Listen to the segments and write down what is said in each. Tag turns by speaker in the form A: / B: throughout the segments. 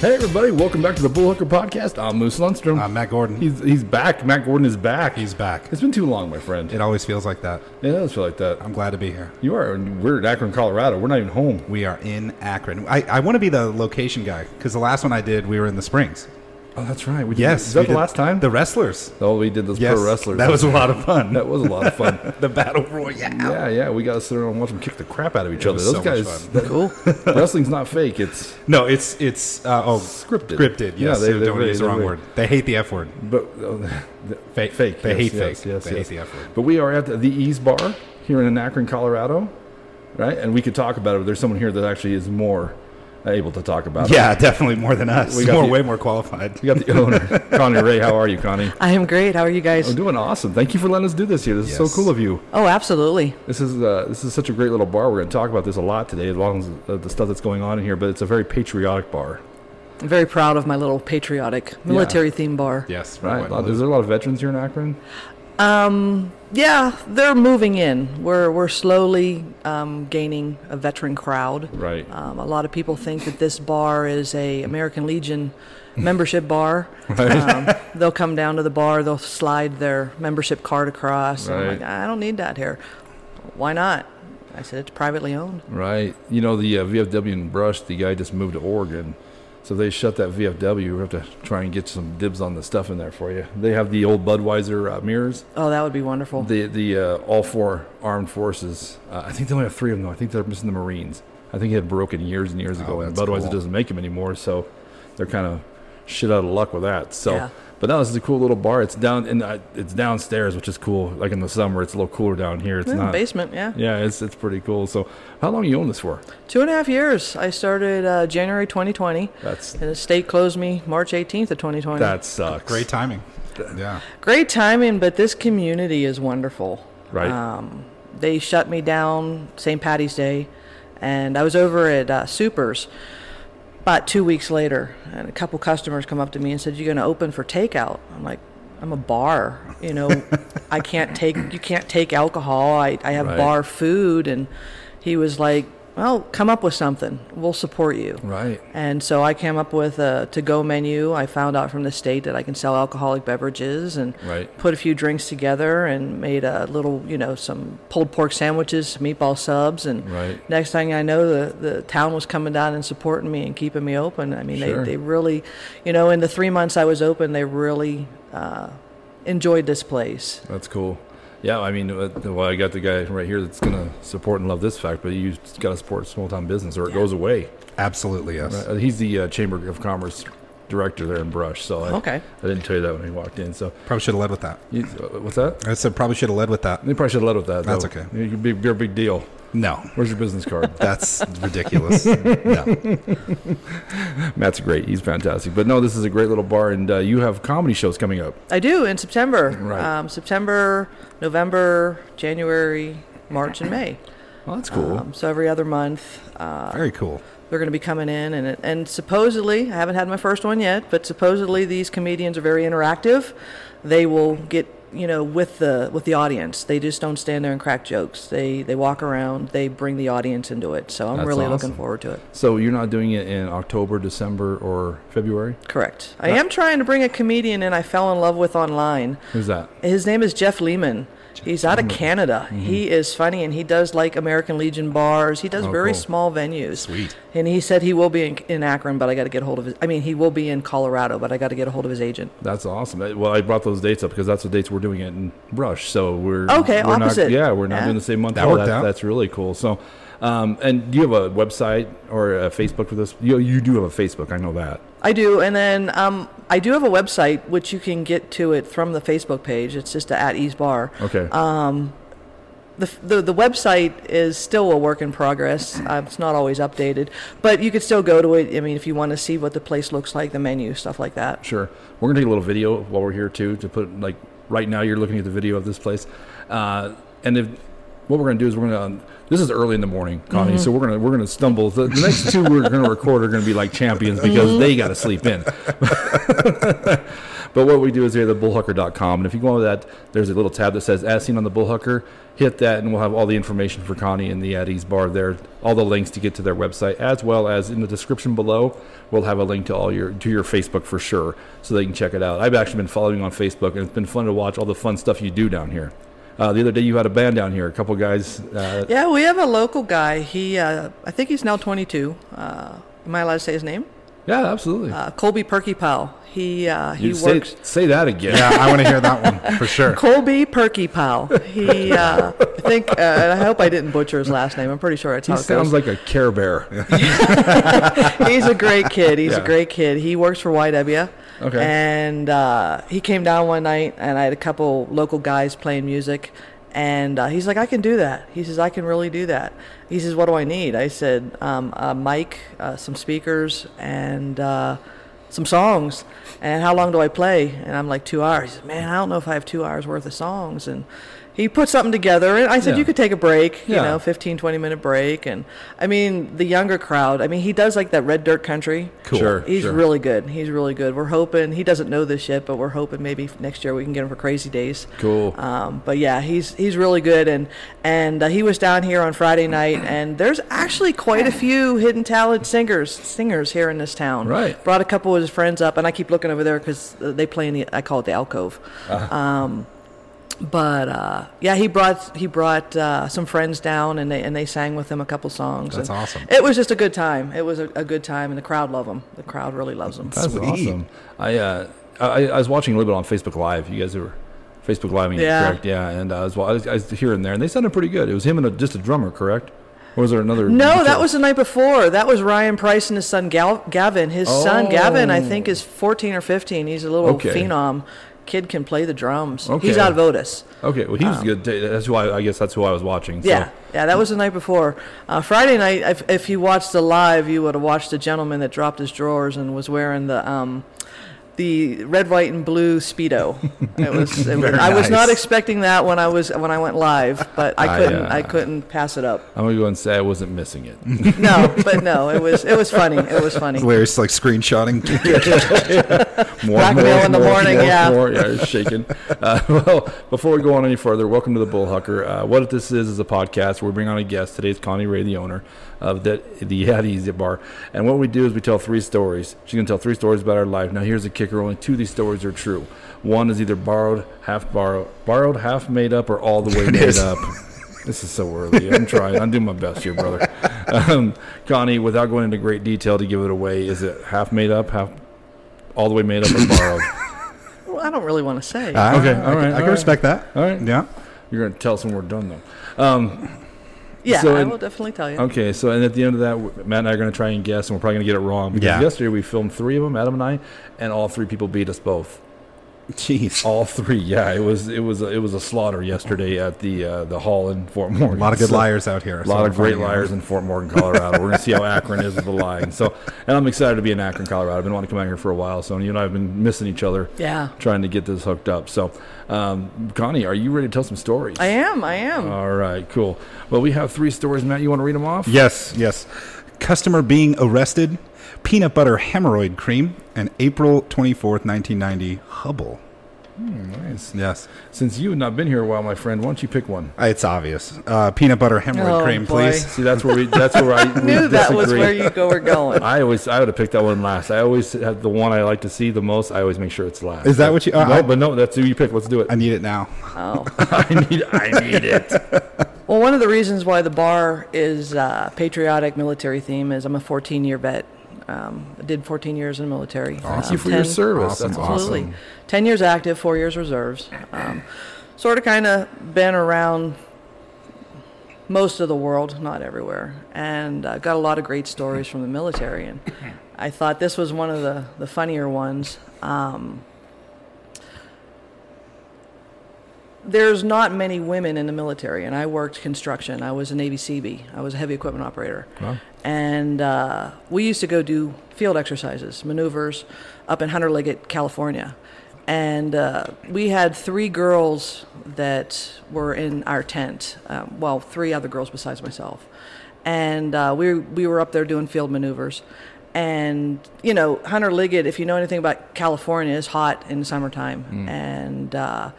A: Hey everybody, welcome back to the Bullhooker Podcast. I'm Moose Lundstrom.
B: I'm Uh, Matt Gordon.
A: he's he's back. Matt Gordon is back.
B: He's back.
A: It's been too long, my friend.
B: It always feels like that.
A: Yeah, it does feel like that.
B: I'm glad to be here.
A: You are. We're at Akron, Colorado. We're not even home.
B: We are in Akron. I, I want to be the location guy because the last one I did, we were in the Springs.
A: Oh, that's right. We did-
B: Yes.
A: Is that
B: we
A: the
B: did
A: last time?
B: The wrestlers.
A: oh, we did those
B: Yes.
A: pro wrestlers.
B: That was a lot of fun.
A: that was a lot of fun.
B: the battle royale.
A: yeah, yeah. We got to sit around and watch them kick the crap out of each other.
B: was
A: Those
B: so much
A: guys.
B: fun.
A: that- wrestling's not fake. It's
B: No, it's it's uh, oh
A: Scripted.
B: Scripted.
A: Yeah,
B: Yes.
A: they- they
B: don't
A: really-
B: use
A: they
B: the wrong
A: really-
B: word. They hate the F word.
A: but uh,
B: Fake.
A: fake.
B: They
A: yes, yes,
B: hate fake.
A: Yes,
B: they
A: yes.
B: hate the F word.
A: But we are at the, the Ease Bar here in Akron, Colorado, right? And we could talk about it. But there's someone here that actually is more able to talk about it.
B: Yeah, definitely more than us.
A: We got
B: more,
A: the-
B: way more qualified.
A: We got the owner, Connie Ray. How are you, Connie?
C: I am great. How are you guys?
A: I'm doing awesome. Thank you for letting us do this here. This is
B: Yes.
A: so cool of you.
C: Oh, absolutely.
A: This is uh, this is such a great little bar. We're going to talk about this a lot today, as long as uh, the stuff that's going on in here. But it's a very patriotic bar,
C: I'm very proud of my little patriotic military theme bar.
B: Yes.
A: right?
B: white
A: A lot-
B: blue.
A: is there a lot of veterans here in Akron?
C: Yeah, they're moving in. We're we're slowly um, gaining a veteran crowd.
A: Right.
C: Um, a lot of people think that this bar is a American Legion membership bar. Um, they'll come down to the bar. They'll slide their membership card across. and I'm
A: Right.
C: like, I don't need that here. Why not? I said it's privately owned.
A: Right. You know the uh, VFW in Brush. The guy just moved to Oregon, so they shut that VFW. We have to try and get some dibs on the stuff in there for you. They have the old Budweiser uh, mirrors.
C: Oh, that would be wonderful.
A: The the uh, all four armed forces. Uh, I think they only have three of them. though. I think they're missing the Marines. I think it had broken years and years ago, and
B: that's
A: Budweiser
B: cool.
A: doesn't make them anymore. So they're kind of shit out of luck with that. So,
C: Yeah.
A: but now this is a cool little bar. It's down and uh, it's downstairs, which is cool. Like in the summer, it's a little cooler down here. It's
C: Yeah,
A: not.
C: basement, yeah.
A: Yeah, it's it's pretty cool. So, how long you own this for?
C: Two and a half years. I started uh, January 2020.
A: That's-
C: and the state closed me March 18th of 2020.
A: That sucks.
B: Great timing. Yeah.
C: Great timing, but this community is wonderful.
A: Right.
C: Um, they shut me down St. Patty's Day, and I was over at uh, Supers about two weeks later, and a couple customers come up to me and said, "You're going to open for takeout?" I'm like. I'm a bar, you know. I can't take you can't take alcohol. I, I have
A: Right.
C: bar food, and he was like, "Well, come up with something. We'll support you."
A: Right.
C: And so I came up with a to-go menu. I found out from the state that I can sell alcoholic beverages and
A: Right.
C: put a few drinks together and made a little, you know, some pulled pork sandwiches, some meatball subs, and
A: Right.
C: next thing I know, the the town was coming down and supporting me and keeping me open. I mean,
A: Sure.
C: they they really, you know, in the three months I was open, they really uh, enjoyed this place.
A: That's cool. Yeah, I mean, uh, well, I got the guy right here that's gonna support and love this fact, but you got to support small town business, or it goes away.
B: Absolutely. Yes.
A: Uh, he's the uh, Chamber of Commerce director there in Brush, so I,
C: Okay.
A: I didn't tell you that when we walked in. So,
B: Probably should have led with that.
A: you, uh, what's that?
B: I said probably should have led with that.
A: They probably should have led with that.
B: That's
A: though.
B: okay.
A: You- You're a big, you're a big deal.
B: No.
A: Where's your business card?
B: That's ridiculous. No.
A: Matt's great. He's fantastic. But no, this is a great little bar, and uh, you have comedy shows coming up.
C: I do in September,
A: Right.
C: um, September, November, January, March, and May.
A: Well, that's cool.
C: Um, so every other month, uh,
B: Very cool.
C: they're going to be coming in, and it- and supposedly I haven't had my first one yet, but supposedly these comedians are very interactive. They will get you know with the with the audience. They just don't stand there and crack jokes. They they walk around. They bring the audience into it. So I'm
A: That's
C: really
A: awesome.
C: looking forward to it.
A: so you're not doing it in October, December, or February?
C: Correct. I am trying to bring a comedian in I fell in love with online.
A: Who's that?
C: His name is Jeff Lehman. He's out of Canada. He is funny and he does like American Legion bars. He does
A: Oh,
C: very
A: cool.
C: small venues.
B: Sweet.
C: And he said he will be in, in Akron, but I got to get a hold of his. I mean, he will be in Colorado, but I got to get a hold of his agent.
A: That's awesome. Uh, Well, I brought those dates up because that's the dates we're doing it in Brush. So we're
C: Okay,
A: We're Not,
C: opposite.
A: yeah, we're not
C: Yeah.
A: doing the same month.
B: That
A: Oh,
B: worked out.
A: That's really cool. So, um, and do you have a website or a Facebook for this? You, you do have a Facebook. I know that.
C: I do, and then um, I do have a website which you can get to it from the Facebook page. It's just at Ease Bar.
A: Okay.
C: Uh, the, the the website is still a work in progress. Uh, it's not always updated, but you could still go to it. I mean, if you want to see what the place looks like, the menu, stuff like that.
A: sure. We're gonna take a little video while we're here too to put like right now you're looking at the video of this place, uh, and if what we're gonna do is we're gonna. Um, this is early in the morning, Connie.
C: Mm-hmm.
A: So we're gonna we're gonna stumble. The, the next
C: Mm-hmm.
A: two we're gonna record are gonna be like champions because they got to sleep in. But what we do is we have the bullhucker.com. And if you go on that, there's a little tab that says As Seen on the Bullhucker. Hit that, and we'll have all the information for Connie in the Addies bar there, all the links to get to their website, as well as in the description below, we'll have a link to all your to your Facebook for sure, so they can check it out. I've actually been following on Facebook, and it's been fun to watch all the fun stuff you do down here. Uh, the other day, you had a band down here, a couple guys. Uh,
C: Yeah, we have a local guy. He, uh, I think he's now 22. Uh, am I allowed to say his name?
A: yeah, absolutely.
C: Uh, Colby Perky Powell. He uh, he
A: you say,
C: works.
A: say that again.
B: Yeah, I want to hear that one for sure.
C: Colby Perky Powell. He, uh, I think, uh, and I hope I didn't butcher his last name. I'm pretty sure it's
A: He
C: how Oh, it
A: sounds like
C: goes.
A: a Care Bear.
C: He's a great kid. He's
A: Yeah.
C: a great kid. He works for YW.
A: Okay.
C: And uh, he came down one night, and I had a couple local guys playing music. And uh, he's like, I can do that. He says, I can really do that. He says, What do I need? I said, um, a mic, uh, some speakers, and uh, some songs. And how long do I play? And I'm like, Two hours. He says, Man, I don't know if I have two hours worth of songs. And he put something together. And I said,
A: Yeah.
C: You could take a break, you
A: Yeah.
C: know, 15, 20 minute break. And I mean, the younger crowd, I mean, he does like that red dirt country.
B: Cool.
A: Sure.
C: He's really good. He's really good. We're hoping he doesn't know this yet, but we're hoping maybe next year we can get him for Crazy Days.
A: Cool.
C: Um, but yeah, he's he's really good, and and uh, he was down here on Friday night, and there's actually quite a few hidden talent singers singers here in this town.
A: Right.
C: Brought a couple of his friends up, and I keep looking over there because they play in the I call it the alcove. Um, but uh, yeah, he brought he brought uh, some friends down, and they and they sang with him a couple songs.
B: That's
C: and
B: awesome.
C: It was just a good time. It was a, a good time, and the crowd loved him. The crowd really loves him.
A: That's
B: Sweet.
A: awesome. I, uh, I I was watching a little bit on Facebook Live. You guys were Facebook Live,
C: Yeah.
A: correct? Yeah, and uh, I was, wa- I was I was here and there, and they sounded pretty good. It was him and a, just a drummer, correct? Or was there another?
C: No, that
A: guitar-
C: was the night before. That was Ryan Price and his son Gal- Gavin. His son Gavin, I think, is 14 or 15. He's a little
A: Oh. Okay.
C: phenom. Kid can play the drums. He's
A: Okay.
C: out of Otis.
A: okay. Well, he was good. That's who I, I guess that's who I was watching. So.
C: um, Yeah, yeah, that was the night before. Uh, Friday night, if, if you watched the live, you would have watched the gentleman that dropped his drawers and was wearing the um, the red, white, and blue speedo. It was. It was
B: Very
C: I was not
B: nice.
C: expecting that when I was when I went live, but I couldn't.
A: yeah.
C: I couldn't pass it up.
A: I'm gonna go and say I wasn't missing it.
C: No, but no, it was it was funny. It was funny.
B: Larry's like screenshotting. more,
C: Blackmail in the morning,
A: more,
C: yeah.
A: more, yeah, it's shaking. Uh, well, before we go on any further, welcome to the Bull Hucker. Uh, what this is is a podcast where we bring on a guest. Today's Connie Ray, the owner of the the Yeti Zip Bar, and what we do is we tell three stories. She's gonna tell three stories about her life. Now, here's the kicker: only two of these stories are true. One is either borrowed, half borrowed, borrowed, half made up, or all the way made
B: is.
A: up. This is so early. I'm trying. I'm doing my best here, brother. Um, Connie, without going into great detail to give it away, is it half made up, half all the way made up or borrowed?
C: Well, I don't really want to say.
A: Okay,
B: okay,
A: all right, all
B: I, can
A: right.
B: respect that.
A: All right.
B: Yeah.
A: You're going to tell us when we're done, though. Um,
C: yeah,
A: so
C: I
A: in-
C: will definitely tell you.
A: okay, so and at the end of that, w- Matt and I are going to try and guess, and we're probably going to get it wrong. Because
B: Yeah.
A: yesterday we filmed three of them, Adam and I, and all three people beat us both.
B: Jeez.
A: All three, yeah. It was it was a, it was a slaughter yesterday at the uh, the hall in Fort
B: A
A: Morgan.
B: lot of good
A: So-
B: liars out here.
A: A lot of great liars in Fort Morgan, Colorado. We're going to see how Akron is with the lying. So, and I'm excited to be in Akron, Colorado. I've been wanting to come out here for a while. So, you and I have been missing each other,
C: Yeah.
A: trying to get this hooked up. So, um, Connie, are you ready to tell some stories?
C: I am. I am.
A: All right, cool. Well, we have three stories, Matt. You want to read them off?
B: Yes, yes. Customer being arrested, peanut butter hemorrhoid cream, and April 24th, 1990, Hubble. Hmm,
A: Nice.
B: Yes.
A: Since you have not been here a while, my friend, why don't you pick one?
B: It's obvious. Uh, peanut butter hemorrhoid
C: Oh,
B: cream,
C: boy.
B: please.
A: See, that's where we. That's where I we
C: knew that was
A: disagree.
C: where you go were going.
A: I always, I would have picked that one last. I always have the one I like to see the most. I always make sure it's last.
B: Is that what you- uh,
A: no,
B: I-
A: but no, that's who you pick. Let's do it.
B: I need it now.
C: Oh.
A: I need, I need it.
C: Well, one of the reasons why the bar is uh, patriotic military theme is I'm a 14 year vet. Um, I did 14 years in the military.
A: Thank you for your service.
B: Awesome,
A: That's
C: Absolutely.
A: awesome.
C: 10 years active, four years reserves. Um, sort of kind of been around most of the world, not everywhere, and uh, got a lot of great stories from the military. And I thought this was one of the, the funnier ones. Um, there's not many women in the military, and I worked construction. I was a Navy CB, I was a heavy equipment operator. And uh, we used to go do field exercises, maneuvers up in Hunter Liggett, California. And uh, we had three girls that were in our tent. Um, well, three other girls besides myself. And uh, we, we were up there doing field maneuvers. and you know Hunter Liggett, if you know anything about California, is hot in the summertime, and uh,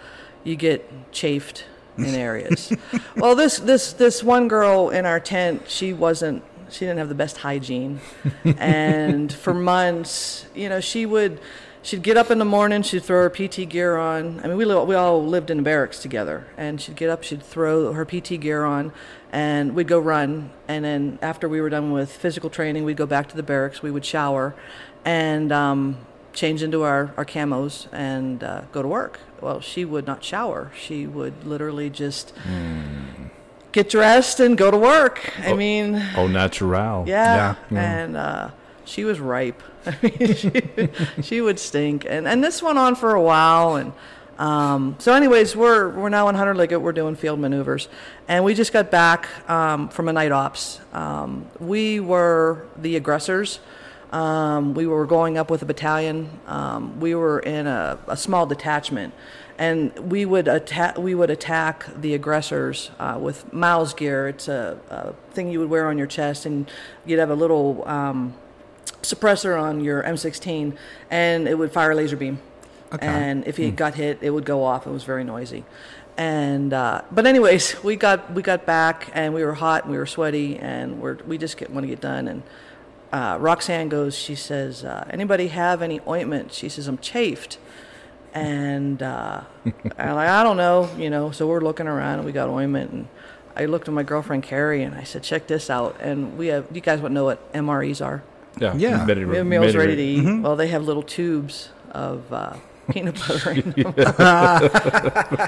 C: you get chafed in areas. well, this this this one girl in our tent, she wasn't. She didn't have the best hygiene, and for months, you know, she would. She'd get up in the morning. She'd throw her PT gear on. I mean, we li- we all lived in barracks together, and she'd get up. She'd throw her PT gear on, and we'd go run. And then after we were done with physical training, we'd go back to the barracks. We would shower, and um, change into our our camos and uh, go to work. Well, she would not shower. She would literally just get dressed and go to work. I mean,
A: Oh, natural.
C: yeah.
B: Yeah.
C: And uh, she was ripe. I mean, she, she would stink. And and this went on for a while. And um, so, anyways, we're we're now in Hunter Liggett. We're doing field maneuvers, and we just got back um, from a night ops. Um, we were the aggressors. Um, we were going up with a battalion. Um, we were in a, a small detachment, and we would attack. We would attack the aggressors uh, with Miles gear. It's a, a thing you would wear on your chest, and you'd have a little um, suppressor on your M16, and it would fire a laser beam.
B: Okay.
C: And if he got hit, it would go off. It was very noisy. And uh, but anyways, we got we got back, and we were hot, and we were sweaty, and we're we just get, want to get done. And uh, Roxanne goes, she says, uh, anybody have any ointment? She says, I'm chafed. And uh, I'm like, I don't know, you know. So we're looking around and we got ointment. And I looked at my girlfriend Carrie and I said, check this out. And we have, you guys would know what MREs are.
A: Yeah.
B: Yeah.
A: Medi-
C: We have meals
A: medi-
C: ready Mm-hmm. to eat. Well, they have little tubes of uh, peanut butter in them.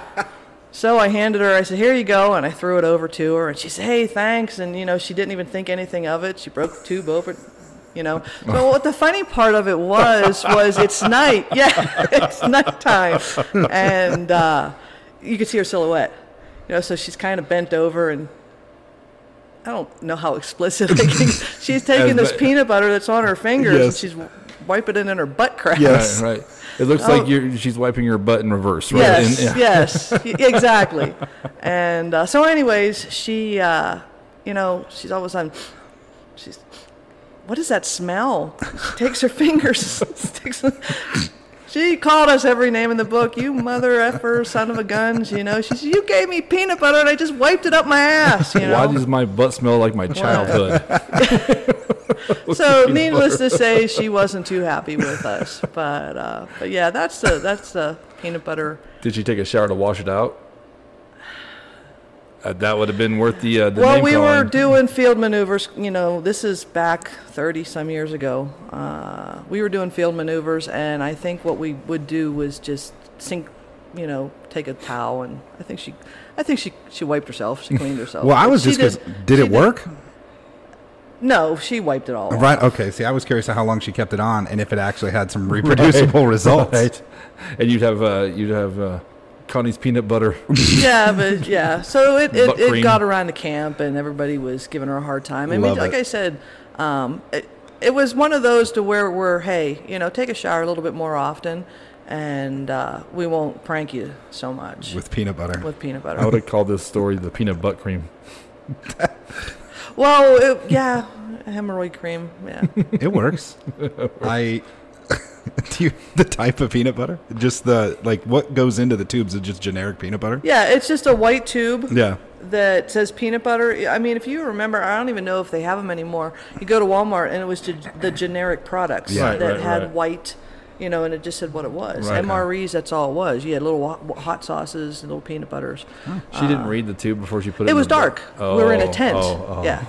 C: so I handed her, I said, Here you go. And I threw it over to her. And she said, Hey, thanks. And, you know, she didn't even think anything of it. She broke the tube open. You know, so what the funny part of it was was it's night, yeah, it's nighttime, and uh, you could see her silhouette. You know, so she's kind of bent over, and I don't know how explicit. I can, she's taking this
A: but-
C: peanut butter that's on her fingers and
A: Yes.
C: she's wiping it in her butt crack.
B: Yes.
A: Right, right. It looks
C: Oh.
A: like you're, she's wiping your butt in reverse, right?
C: Yes,
A: And- yeah.
C: yes, y- exactly. And uh, so, anyways, she, uh, you know, she's all of a sudden, she's, what is that smell? She takes her fingers, sticks them. She called us every name in the book. You mother effer, son of a guns. You know, she said, you gave me peanut butter and I just wiped it up my ass. You know,
A: Why does my butt smell like my childhood?
C: so needless to say she wasn't too happy with us but uh, but yeah that's the that's the peanut butter
A: Did she take a shower to wash it out? Uh, that would have been worth the, uh, the
C: well
A: name
C: we were
A: calling.
C: doing field maneuvers you know this is back 30 some years ago uh, we were doing field maneuvers and i think what we would do was just sink you know take a towel and i think she i think she she wiped herself she cleaned herself
B: Well, I
C: But
B: was
C: she
B: just because
C: did-
B: did,
C: she
B: it work?
C: no she wiped it all off.
B: Right. Okay. See, I was curious how long she kept it on and if it actually had some reproducible results.
A: Right. And you'd have uh, you'd have uh, Connie's peanut butter.
C: yeah, but yeah. So it,
A: Butt
C: it, it
A: cream.
C: got around the camp, and everybody was giving her a hard time. I mean,
B: Love
C: like
B: it.
C: I said, um, it, it was one of those to where we're, hey, you know, take a shower a little bit more often, and uh, we won't prank you so much with,
B: With peanut butter.
C: peanut
A: I would
C: butter.
A: have called this story the peanut butt cream.
C: Well, it, yeah, hemorrhoid cream. Yeah.
B: It works. I. Do you, the type of peanut butter? Just the like what goes into the tubes is just generic peanut butter.
C: yeah, it's just a white tube.
B: Yeah.
C: that says peanut butter. I mean, if you remember, I don't even know if they have them anymore. You go to Walmart and it was ge- the generic products
A: Yeah. Right,
C: that
A: right,
C: had
A: right.
C: white, you know, and it just said what it was.
A: Right.
C: MREs, that's all it was. You had little hot, hot sauces and little peanut butters.
A: She didn't read the tube before she put it.
C: Ah. It
A: in
C: was
A: the butt.
C: dark. we were in a
A: Oh,
C: tent.
A: oh, oh.
C: Yeah.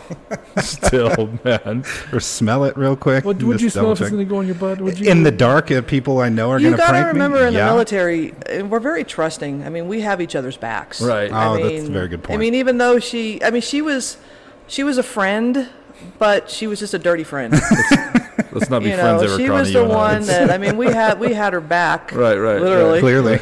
A: Still, man.
B: Or smell it real quick.
A: What
B: and
A: would
B: just
A: you smell if
B: double
A: it's
B: check.
A: going to go in your butt? Would you
B: in the dark if people I know are
C: You
B: going to
C: got
B: prank
C: to remember
B: me.
C: in
B: yeah.
C: the military, and we're very trusting. I mean, we have each other's backs.
A: Right.
B: Oh,
C: I mean,
B: that's a very good
C: I
B: point.
C: mean, even though she, I mean, she was, she was a friend, but she was just a dirty friend.
A: Let's not be
C: you
A: friends
C: know,
A: ever,
C: she
A: Connie.
C: was
A: you
C: the
A: and I.
C: one that I mean, we had we had her back,
A: Right, right, right.
C: literally.
B: Clearly,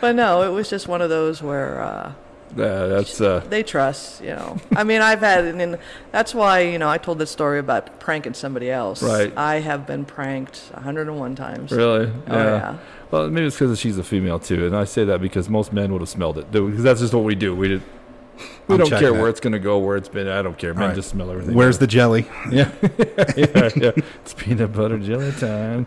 C: But no, it was just one of those where uh,
A: Yeah, that's uh,
C: they trust, you know. I mean, I've had, and then that's why you know I told this story about pranking somebody else.
A: Right.
C: I have been pranked 101 times.
A: Really?
C: Oh, yeah.
A: Well, maybe it's because she's a female too, and I say that because most men would have smelled it, because that's just what we do. We did. We
B: I'm
A: don't
B: checking
A: care where
B: it.
A: it's going to go, where it's been. I don't care, man.
B: All right.
A: Just smell everything.
B: Where's the jelly?
A: Yeah. yeah, yeah. It's peanut butter jelly time.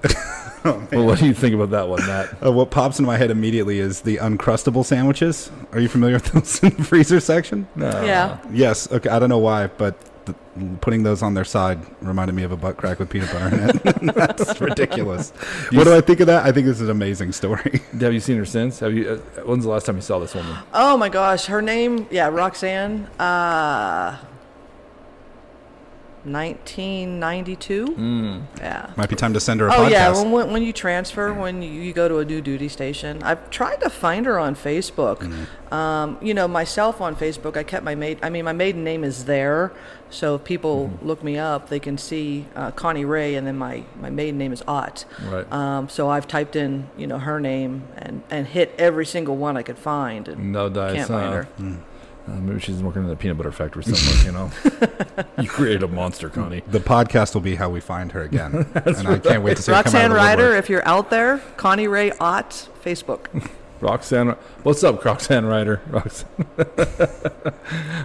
B: Oh,
A: well, what do you think about that one, Matt?
B: Uh, what pops into my head immediately is the uncrustable sandwiches. Are you familiar with those in the freezer section?
C: yeah.
B: Yes. Okay. I don't know why, but th- putting those on their side reminded me of a butt crack with peanut butter in it. That's ridiculous. what do I think of that? I think this is an amazing story.
A: Have you seen her since? Have you? Uh, when's the last time you saw this woman?
C: Oh my gosh, her name, yeah, Roxanne. Uh, 1992.
A: Hmm.
C: Yeah.
B: Might be time to send her a
C: Oh
B: podcast.
C: yeah, when, when when you transfer, when you, you go to a new duty station, I've tried to find her on Facebook.
B: Mm-hmm.
C: Um, you know, myself on Facebook, I kept my maid. I mean, my maiden name is there, so if people
B: Mm-hmm.
C: look me up, they can see uh, Connie Ray, and then my my maiden name is Ott.
A: Right.
C: Um, so I've typed in you know her name and and hit every single one I could find. And
A: No dice.
C: Can't find
A: huh?
C: her.
A: Uh, maybe she's working in the peanut butter factory somewhere. you know, you created a monster, Connie.
B: the podcast will be how we find her again, and I can't wait to see her come out of
C: Roxanne
B: the
C: Ryder,
B: woodwork.
C: if you're out there, Connie Ray Ott, Facebook.
A: Roxanne, what's up, Roxanne Ryder? Roxanne.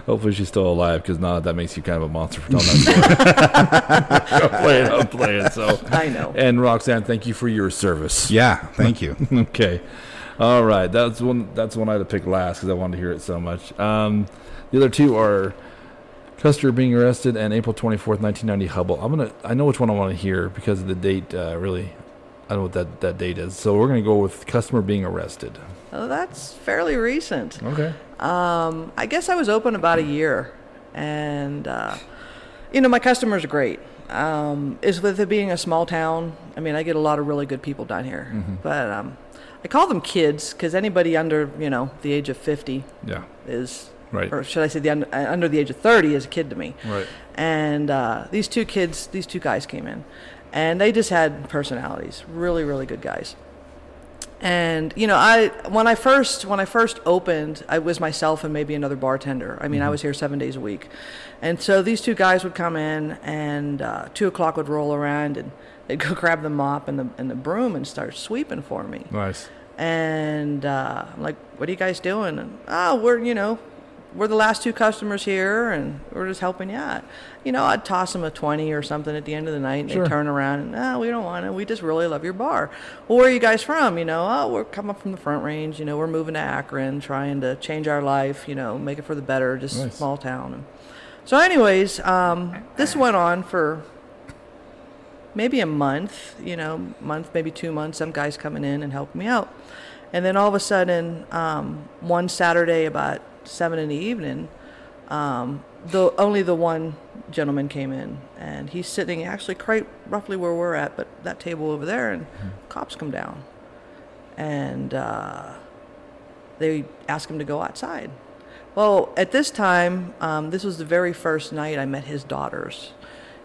A: Hopefully she's still alive, because now that makes you kind of a monster for telling that story. I'm playing, I'm playing. So,
C: I know.
A: and Roxanne, thank you for your service.
B: Yeah, thank you.
A: okay. All right. That's one. That's one I had to pick last because I wanted to hear it so much. Um, the other two are Custer being arrested and April twenty fourth, nineteen ninety. Hubble. I'm gonna. I know which one I want to hear because of the date. Uh, really, I know what that that date is. So we're gonna go with customer being arrested.
C: Oh, that's fairly recent.
A: Okay.
C: Um, I guess I was open about a year, and uh, you know my customers are great. Um, is with it being a small town. I mean, I get a lot of really good people down here,
A: Mm-hmm.
C: but um, I call them kids because anybody under you know the age of fifty
A: Yeah.
C: is,
A: Right.
C: or should I say the un- uh, under the age of thirty is a kid to me.
A: Right.
C: And uh, these two kids, these two guys came in, and they just had personalities. Really, really good guys. And you know, I when I first when I first opened, I was myself and maybe another bartender. I mean, I was here seven days a week, and so these two guys would come in, and uh, two o'clock would roll around, and they'd go grab the mop and the and the broom and start sweeping for me.
A: Nice.
C: And uh, I'm like, what are you guys doing? And, oh, we're, you know, we're the last two customers here and we're just helping you out. You know, I'd toss them a 20 or something at the end of the night and
A: Sure.
C: they'd turn around and, no, we don't want it. We just really love your bar. Well, where are you guys from? You know, oh, we're coming from the front range. You know, we're moving to Akron, trying to change our life, you know, make it for the better, just
A: Nice.
C: small town. And so, anyways, um, this went on for maybe a month, you know, month, maybe two months, some guys coming in and helping me out. And then all of a sudden, um, one Saturday about seven in the evening, um, the only the one gentleman came in, and he's sitting actually quite roughly where we're at, but that table over there, and cops come down, and uh, they ask him to go outside. Well, at this time, um, this was the very first night I met his daughters.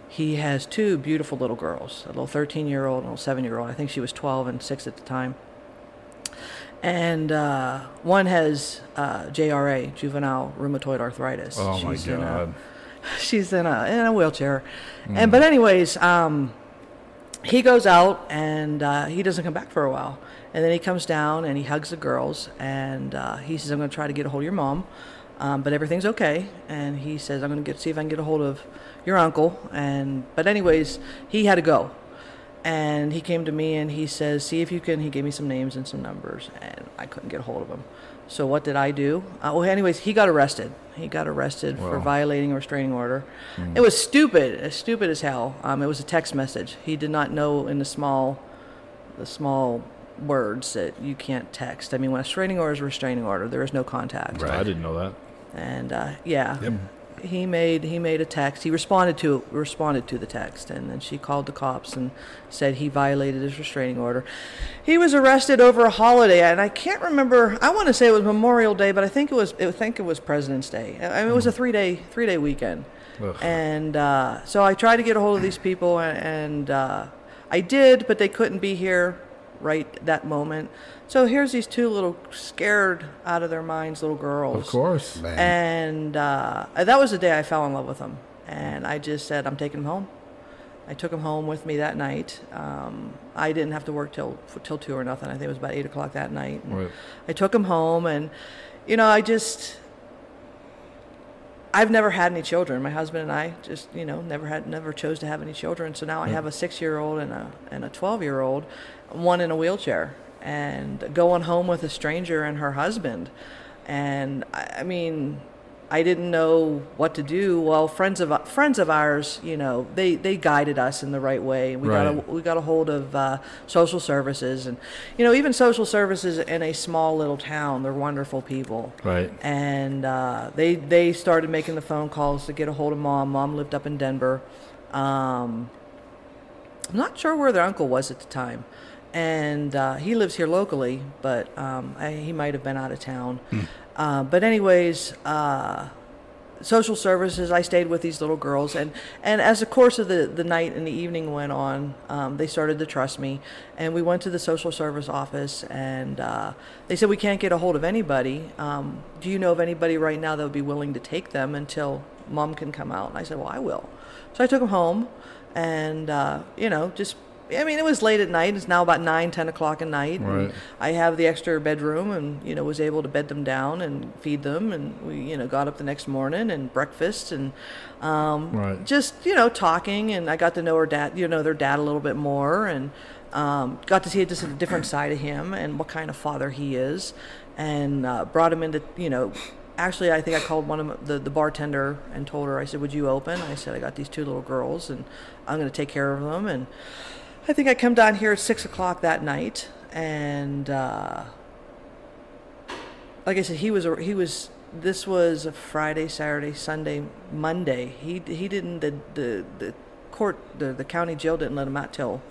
C: He has two beautiful little girls, a little 13 year old and a little 7 year old. I think she was 12 and 6 at the time. And uh, one has uh, JRA, juvenile rheumatoid arthritis.
A: Oh my
C: She's in a-
A: God. Hmm.
C: she's in a in a wheelchair, and but anyways, um, he goes out and uh, he doesn't come back for a while, and then he comes down and he hugs the girls and uh, he says, "I'm going to try to get a hold of your mom, um, but everything's okay." And he says, "I'm going to get see if I can get a hold of your uncle." And but anyways, he had to go, and he came to me and he says, "See if you can." He gave me some names and some numbers, and I couldn't get a hold of him. So what did I do? Uh, well, anyways, he got arrested. He got arrested for
A: Wow.
C: violence violating a restraining order. It was stupid, as stupid as hell. Um, it was a text message. He did not know in the small, the small words that you can't text. I mean, when a restraining order is a restraining order, there is no contact.
A: I didn't know that.
C: And uh, yeah, he made he made a text. He responded to responded to the text, and then she called the cops and said he violated his restraining order. He was arrested over a holiday, and I can't remember. I want to say it was Memorial Day, but I think it was I think it was President's Day. I mean, it was a three day three day weekend.
A: Mm. Ugh.
C: And uh, so I tried to get a hold of these people, a- and uh, I did, but they couldn't be here right that moment. So here's these two little scared out of their minds little girls.
A: Of course.
B: Man.
C: And uh, that was the day I fell in love with them. And I just said, I'm taking them home. I took them home with me that night. Um, I didn't have to work till till two or nothing. I think it was about eight o'clock that night. And
A: Right.
C: I took them home, and you know, I just I've never had any children. My husband and I just, you know, never had, never chose to have any children. So now I have a six-year-old and a and a twelve-year-old, one in a wheelchair, and going home with a stranger and her husband, and I, I mean, I didn't know what to do. Well, friends of friends of ours, you know, they they guided us in the right way. We
A: Right.
C: got a, we got a hold of uh, social services, and you know, even social services in a small little town, they're wonderful people
A: Right.
C: and uh, they they started making the phone calls to get a hold of mom. Mom lived up in Denver. Um, I'm not sure where their uncle was at the time, and uh, he lives here locally, but um, I, he might have been out of town. Uh, but anyways. Uh, social services i stayed with these little girls and and as the course of the the night and the evening went on um, they started to trust me and we went to the social service office and uh, they said we can't get a hold of anybody um, do you know of anybody right now that would be willing to take them until mom can come out and i said well i will so i took them home and uh, you know just i mean it was late at night it's now about 9 10 o'clock at night and
A: Right.
C: I have the extra bedroom and you know was able to bed them down and feed them and we you know got up the next morning and breakfast and um,
A: Right.
C: just you know talking and I got to know her dad you know their dad a little bit more and um, got to see just a different side of him and what kind of father he is and uh, brought him into you know actually I think I called one of the, the bartender and told her I said would you open I said I got these two little girls and I'm going to take care of them and I think I come down here at six o'clock that night, and uh, like I said, he was a- he was this was a Friday, Saturday, Sunday, Monday. He he didn't the the, the court the, the county jail didn't let him out till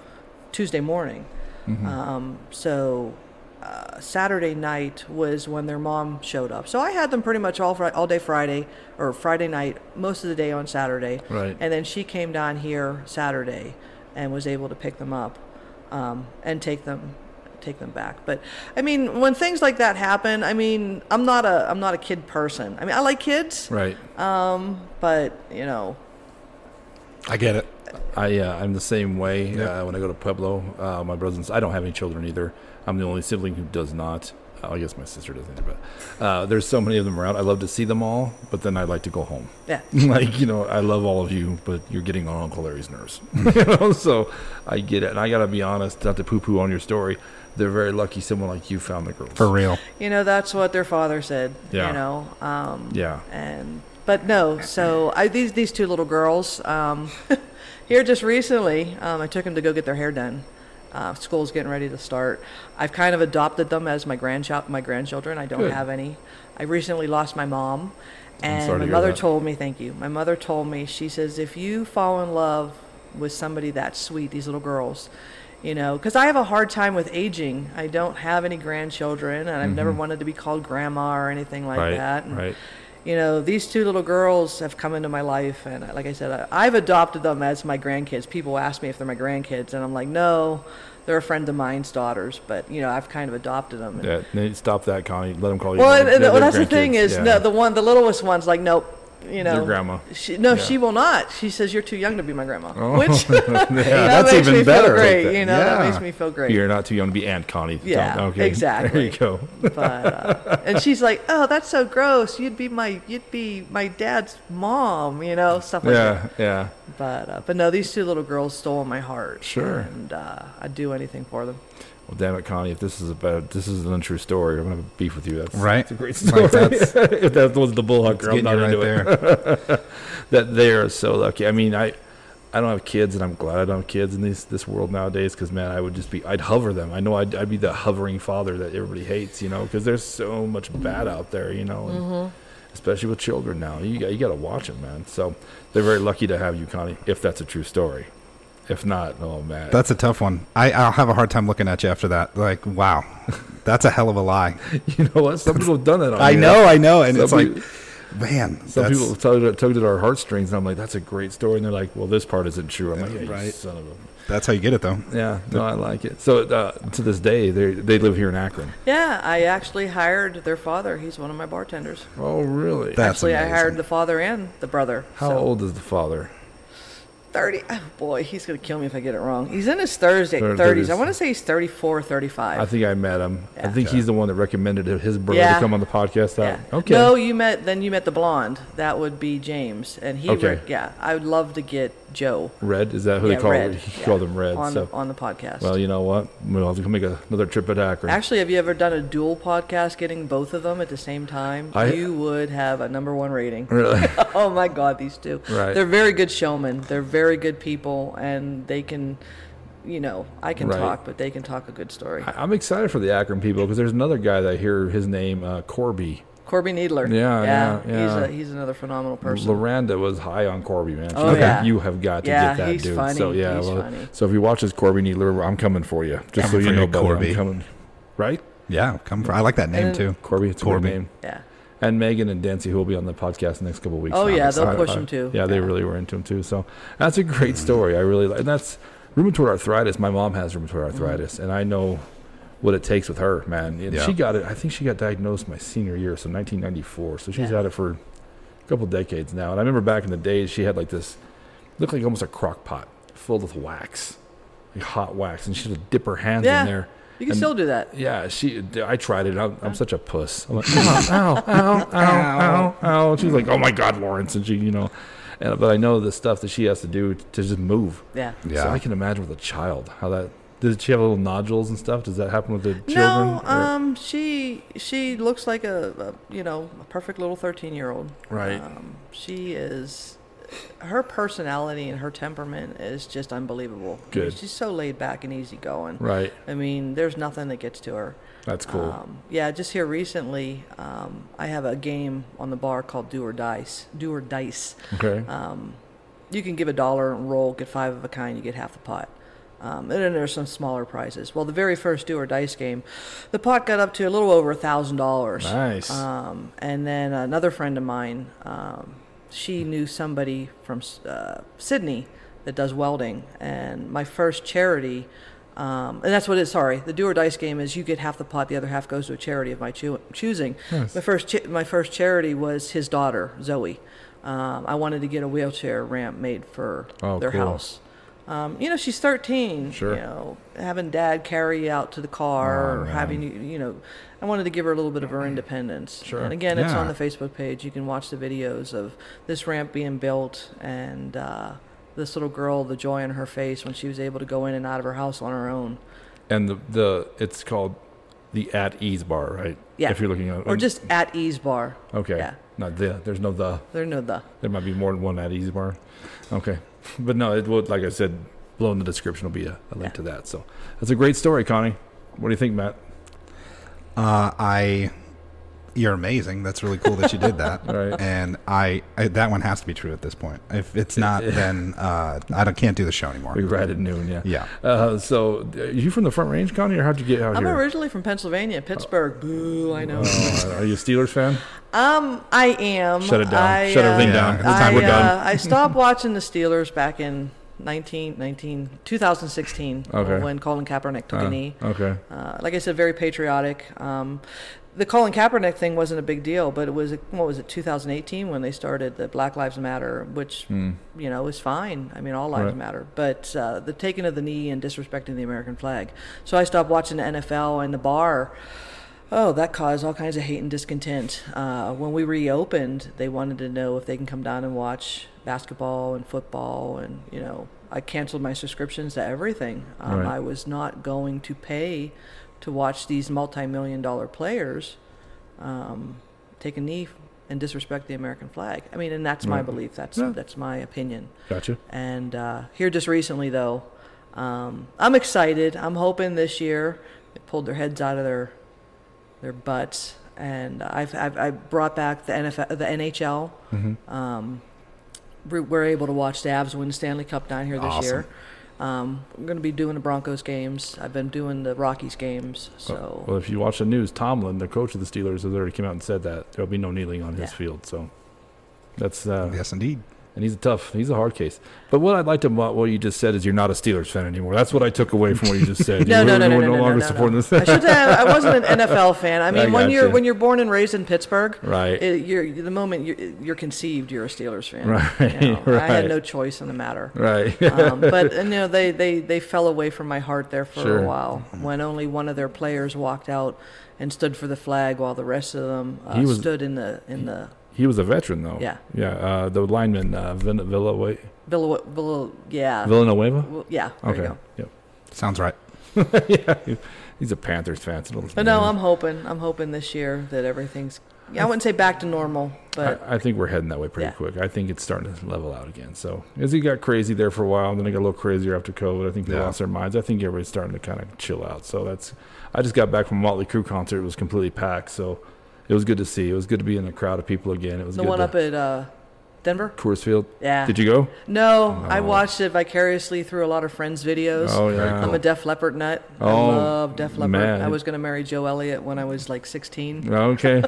C: Tuesday morning. Um, so uh, Saturday night was when their mom showed up. So I had them pretty much all fri- all day Friday or Friday night, most of the day on Saturday.
A: Right.
C: And then she came down here Saturday and was able to pick them up um, and take them take them back. But I mean, when things like that happen, I mean, I'm not a I'm not a kid person. I mean, I like kids,
A: Right.
C: but you know,
B: I get it.
A: I uh, I'm the same way
B: Yeah.
A: uh, when I go to Pueblo. Uh, my brothers, and s- I don't have any children either. I'm the only sibling who does not. Uh, I guess my sister doesn't either. But uh, there's so many of them around. I love to see them all, but then I like to go home.
C: yeah.
A: like you know, I love all of you, but you're getting on Uncle Larry's nerves. you know, so I get it, and I gotta be honest, not to poo-poo on your story. They're very lucky someone like you found the girls.
B: For real.
C: You know, that's what their father said.
A: Yeah.
C: You know, um,
A: yeah,
C: and but no so I, these these two little girls um, here just recently um, i took them to go get their hair done uh, school's getting ready to start i've kind of adopted them as my grandchild my grandchildren i don't
A: Good.
C: have any i recently lost my mom and
A: sorry to
C: my
A: hear
C: mother
A: that.
C: told me thank you my mother told me she says if you fall in love with somebody that sweet these little girls you know because i have a hard time with aging i don't have any grandchildren and i've never wanted to be called grandma or anything like
A: Mm-hmm. right,
C: that and
A: right.
C: you know, these two little girls have come into my life, and like I said, I, I've adopted them as my grandkids. People ask me if they're my grandkids, and I'm like, no, they're a friend of mine's daughters, but you know, I've kind of adopted them.
A: Yeah, n- stop that, Connie. Let them call you.
C: Well,
A: their-
C: and, and
A: their
C: that's the thing
A: grandkids.
C: is,
A: Yeah.
C: no, the one, the littlest one's like, nope, you know,
A: Your grandma.
C: She, no,
A: Yeah. Oh,
C: she will not. She says you're too young to be my grandma, which
B: Yeah,
C: that
B: that's
C: makes
B: even
C: me
B: better.
C: Feel great,
B: Like that.
C: you know, that
B: Yeah.
C: makes me feel great.
A: You're not too young to be Aunt Connie.
C: Yeah,
A: Don't- okay. There
C: exactly.
A: you go.
C: but uh, and she's like, "Oh, that's so gross. You'd be my you'd be my dad's mom, you know, stuff like
A: Yeah, yeah.
C: that." But uh, but no, these two little girls stole my heart.
A: Sure.
C: and uh, I'd do anything for them.
A: Well, damn it, Connie. If this is about this is an untrue story, I'm gonna have beef with you. That's
B: Right.
A: That's a great story.
B: Like, that's-
A: if that was the bull
B: It's
A: hooker, I'm
B: getting
A: not
B: you
A: into
B: right
A: it.
B: there.
A: that they are so lucky. I mean, I I don't have kids, and I'm glad I don't have kids in this this world nowadays. Because man, I would just be I'd hover them. I know I'd, I'd be the hovering father that everybody hates, you know, because there's so much bad out there, you know, and especially with children now. You got you got to watch them, man. So they're very lucky to have you, Connie. If that's a true story, if not, oh man,
B: That's a tough one. I, I'll have a hard time looking at you after that. Like, wow, that's a hell of a lie.
A: you know what? Some people have done that. On
B: I
A: here.
B: know, I know, and
A: Oh, Some
B: it's like,
A: people-
B: man,
A: Some
B: that's-
A: people have tugged, at- tugged at our heartstrings, and I'm like, "That's a great story," and they're like, "Well, this part isn't true." I'm like,
B: Yeah,
A: yeah, right.
B: right.
A: son of a
B: That's how you get it, though.
A: Yeah, no, I like it. So uh, to this day, they they live here in Akron.
C: Yeah, I actually hired their father. He's one of my bartenders.
A: Oh, really?
B: That's
C: actually, I
B: amazing.
C: hired the father and the brother.
A: How
C: so
A: old is the father?
C: 30. Oh boy, he's going to kill me if I get it wrong. He's in his Thursday,
A: Thir-
C: 30s. I
A: thirties.
C: want to say he's 34, 35.
A: I think I met him. I
C: Yeah.
A: think he's the one that recommended his brother
C: Yeah.
A: to come on the podcast. That
C: Yeah.
A: okay.
C: No, you met then you met the blonde. That would be James, and he.
A: Okay.
C: Re- yeah, I would love to get Joe.
A: Red is that who
C: yeah,
A: they call?
C: Red.
A: He
C: yeah,
A: called him Red.
C: on
A: so
C: on the podcast.
A: well, you know what? We'll have to make a, another trip at Akron.
C: Actually, have you ever done a dual podcast, getting both of them at the same time?
A: I-
C: you would have a number one rating.
A: really?
C: oh my God, these two.
A: Right.
C: They're very good showmen. They're very good people, and they can, you know, I can
A: Right.
C: talk, but they can talk a good story.
A: I- I'm excited for the Akron people because there's another guy that I hear his name uh, Corby.
C: Corby Needler.
A: Yeah, yeah, yeah.
C: He's a, he's another phenomenal person.
A: Loranda was high on Corby, man. She's
C: Oh,
A: like,
C: yeah.
A: You have got to
C: Yeah,
A: get that
C: he's
A: dude.
C: funny.
A: So yeah,
C: He's
A: well,
C: funny.
A: so if you watch this Corby Needler, I'm coming for you. Just so
B: Coming
A: you
B: for
A: know,
B: you,
A: brother, I'm
B: Corby.
A: coming. Right,
B: Yeah, come for. I like that name
C: And-
B: too.
A: Corby. It's
B: Corby.
A: a good name.
C: yeah.
A: And Megan and Dancy, who will be on the podcast the next couple of weeks.
C: Oh,
A: I'm
C: yeah, they'll
A: excited.
C: push 'em, too.
A: Yeah, they
C: Yeah.
A: really were into him too. So that's a great story. I really like. And that's rheumatoid arthritis. My mom has rheumatoid
C: Mm-hmm.
A: arthritis, and I know what it takes with her, man. And
B: Yeah.
A: she got it. I think she got diagnosed my senior year, so 1994. So she's
C: Yeah.
A: had it for a couple decades now. And I remember back in the days, she had like this, looked like almost a crock pot filled with wax, like hot wax, and she'd dip her hands
C: Yeah.
A: in there.
C: You can
A: and-
C: still do that.
A: yeah, she. I tried it. I'm, I'm such a puss. I'm like, ow, ow, ow, ow, ow, ow. She's like, oh my god, Lawrence, and she, you know, and but I know the stuff that she has to do to just move.
C: Yeah.
A: So
B: Yeah.
A: I can imagine with a child how that. Did she have little nodules and stuff? Does that happen with the children?
C: No,
A: Or-
C: um, she she looks like a, a you know a perfect little thirteen year old.
A: Right.
C: Um, she is, her personality and her temperament is just unbelievable. I mean,
A: Good.
C: she's so laid back and easygoing.
A: right.
C: I mean, there's nothing that gets to her.
A: That's cool.
C: Um, yeah, just here recently, um, I have a game on the bar called Do or Dice. Do or Dice.
A: okay.
C: Um, you can give a dollar and roll, get five of a kind, you get half the pot. Um, and then there's some smaller prizes. Well, the very first do or dice game, the pot got up to a little over a thousand dollars.
A: Nice.
C: Um, and then another friend of mine, um, she knew somebody from uh, Sydney that does welding, and my first charity. Um, and that's what it is. Sorry, the do or dice game is you get half the pot, the other half goes to a charity of my choo- choosing. My first, ch- my first charity was his daughter Zoe. Um, I wanted to get a wheelchair ramp made for
A: Oh,
C: their
A: cool.
C: house. Um, you know, she's 13.
A: Sure. Oh,
C: You know, having dad carry you out to the car, or having you, you know, I wanted to give her a little bit of her independence.
A: Sure.
C: And again, it's on
B: Yeah.
C: the Facebook page. You can watch the videos of this ramp being built and uh, this little girl, the joy on her face when she was able to go in and out of her house on her own.
A: and the, the it's called the at ease bar, right?
C: Yeah.
A: If you're looking at
C: Or just at ease bar.
A: okay,
C: Yeah.
A: not the. There's no the.
C: There no the.
A: There might be more than one at Easy Bar. Okay. But no, it would, like I said, below in the description will be a, a link
C: Yeah.
A: to that. So that's a great story, Connie. What do you think, Matt?
B: Uh, I, you're amazing. That's really cool that you did that.
A: Right.
B: And I, I, that one has to be true at this point. If it's not, then uh, I don't, can't do the show anymore.
A: We right at noon, yeah.
B: Yeah.
A: Uh, so, are you from the Front Range, Connie, or how'd you get out
C: I'm
A: here?
C: originally from Pennsylvania, Pittsburgh. Boo, I know.
A: Oh, are you a Steelers fan?
C: Um, I am.
A: Shut it down.
C: I,
A: Shut
C: uh,
A: everything down.
B: Yeah.
A: It's time
C: I,
A: we're done.
C: Uh, I stopped watching the Steelers back in 19, 19 2016
A: Okay.
C: uh, when Colin Kaepernick took a knee.
A: Uh, okay.
C: Uh, like I said, very patriotic. Um, the Colin Kaepernick thing wasn't a big deal, but it was what was it 2018 when they started the Black Lives Matter, which
A: Hmm.
C: you know is fine. I mean, all lives
A: Right.
C: matter, but uh, the taking of the knee and disrespecting the American flag. So I stopped watching the NFL and the bar. Oh, that caused all kinds of hate and discontent. Uh, when we reopened, they wanted to know if they can come down and watch basketball and football, and you know, I canceled my subscriptions to everything. Um,
A: Right.
C: I was not going to pay to watch these multi-million dollar players um, take a knee and disrespect the American flag. I mean, and that's my
A: Right.
C: belief. That's
A: Yeah.
C: that's my opinion.
A: Gotcha.
C: And uh, here just recently, though, um, I'm excited. I'm hoping this year they pulled their heads out of their their butts, and I've I've, i brought back the NFL, the NHL. Um, we we're able to watch the Avs win the Stanley Cup down here this
B: Awesome.
C: year. Um, I'm going to be doing the Broncos games. I've been doing the Rockies games. So
A: Well, if you watch the news, Tomlin, the coach of the Steelers, has already come out and said that there'll be no kneeling on his
C: Yeah.
A: field. So that's uh,
B: Yes, indeed.
A: and he's a tough, he's a hard case. But what I'd like to, what you just said is you're not a Steelers fan anymore. That's what I took away from what you just said.
C: No,
A: you
C: no, no,
A: you
C: no,
A: were
C: no,
A: no,
C: no,
A: longer
C: no,
A: supporting
C: no.
A: this.
C: I should have. I wasn't an NFL fan. I mean, when you're
A: gotcha.
C: when you're born and raised in Pittsburgh,
A: Right.
C: It, Uh, you're the moment you're, you're conceived, you're a Steelers fan.
A: Right,
C: you know. I
A: right.
C: had no choice in the matter.
A: right.
C: um, but you know they, they, they fell away from my heart there for
A: Sure. Mm-hmm.
C: a while when only one of their players walked out and stood for the flag while the rest of them uh,
A: He was-
C: stood in the in the
A: he was a veteran though.
C: Yeah.
A: Yeah. Uh, the lineman uh, Villa, Villa, wait,
C: Villa, Villa, yeah
A: Villanueva.
C: Well, yeah there you
A: Okay.
C: go.
A: Yep.
B: Sounds right.
A: yeah. He's a Panthers fan. So
C: but no I'm hoping I'm hoping this year that everything's yeah, I wouldn't say back to normal but
A: I, I think we're heading that way pretty
C: Yeah.
A: quick. I think it's starting to level out again. So as he got crazy there for a while, and then it got a little crazier after COVID. I think they
B: Yeah.
A: lost their minds. I think everybody's starting to kind of chill out. So that's. I just got back from a Motley Crue concert. It was completely packed. So it was good to see. It was good to be in a crowd of people again. It was
C: the
A: good
C: one
A: to,
C: up at uh, Denver
A: Coors Field.
C: yeah
A: Did you go?
C: no I
A: Oh.
C: watched it vicariously through a lot of friends videos
A: Oh
B: Very
A: yeah.
C: I'm a Def Leppard nut.
A: Oh,
C: I love Def Leppard.
A: man.
C: I was going to marry Joe Elliott when I was like 16.
A: Oh, Okay.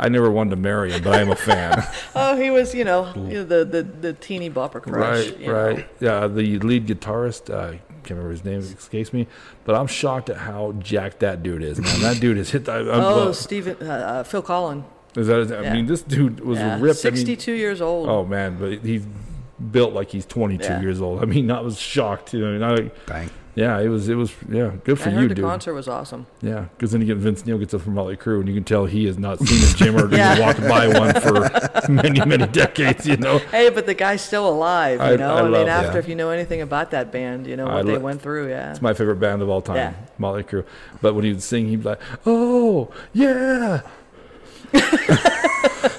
A: I never wanted to marry him, but I am a fan.
C: Oh, he was, you know, you know, the, the the teeny bopper crush.
A: Right,
C: you know.
A: right. Yeah, the lead guitarist, uh, I can't remember his name, it escapes me, but I'm shocked at how jacked that dude is, man. That dude is hit. The, I'm,
C: Oh,
A: well,
C: Stephen, uh, uh, Phil Collin.
A: is that, I
C: yeah.
A: mean, this dude was
C: Yeah.
A: ripped. I mean-
C: 62 years old.
A: oh, man, but he's built like he's 22
C: Yeah.
A: years old. I mean, I was shocked. You know, I mean, I,
B: Dang.
A: yeah, it was, it was, yeah, good for
C: I heard
A: you,
C: the
A: dude.
C: concert was awesome.
A: Yeah, because then you get Vince Neil gets up from Motley Crue, and you can tell he has not seen a gym or
C: Yeah.
A: even walked by one for many, many decades, you know?
C: Hey, but the guy's still alive, you
A: I-
C: know?
A: I
C: I,
A: love
C: mean, after,
B: that.
C: if you know anything about that band, you know,
A: I
C: what they
A: lo-
C: went through, yeah.
A: It's my favorite band of all time,
C: Yeah.
A: Motley Crue. But when he'd sing, he'd be like, "Oh yeah,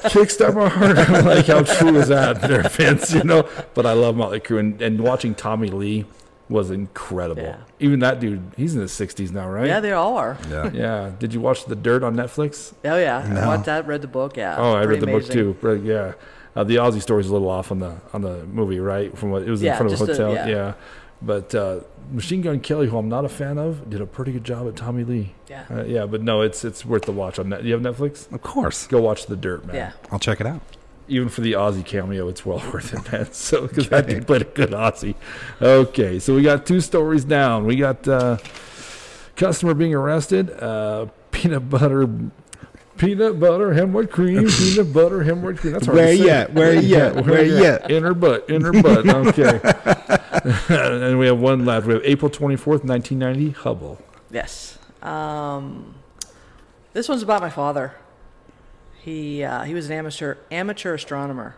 A: kickstart my heart." I'm like, how true is that, there, Vince? You know. But I love Motley Crue, and, and watching Tommy Lee was incredible.
C: Yeah.
A: Even that dude, he's in his 60s now, right?
C: Yeah, they all are.
B: Yeah.
A: Yeah. Did you watch The Dirt on Netflix?
C: Oh, yeah.
B: No.
C: I watched that, read the book, yeah.
A: Oh, I
C: Pretty
A: read the
C: amazing.
A: book too. But yeah, uh, the Aussie story's a little off on the on the movie, right? From what it was in
C: Yeah,
A: front of a
C: just a-
A: hotel.
C: yeah.
A: yeah. But uh, Machine Gun Kelly, who I'm not a fan of, did a pretty good job at Tommy Lee.
C: Yeah.
A: Uh, yeah, but no, it's it's worth the watch on that. You have Netflix?
B: Of course.
A: Go watch The Dirt, man.
C: Yeah.
B: I'll check it out.
A: Even for the Aussie cameo, it's well worth it, man. So because I think played a good Aussie. Okay, so we got two stories down. We got uh, customer being arrested. Uh, peanut butter. Peanut butter, hemorrhoid cream, peanut butter, hemorrhoid cream. That's hard to
B: Where
A: say.
B: you at? Where you at? Where you at?
A: In her butt. In her butt. Okay. and we have one left. We have April 24th, 1990, Hubble.
C: Yes. Um, this one's about my father. He uh, he was an amateur amateur astronomer.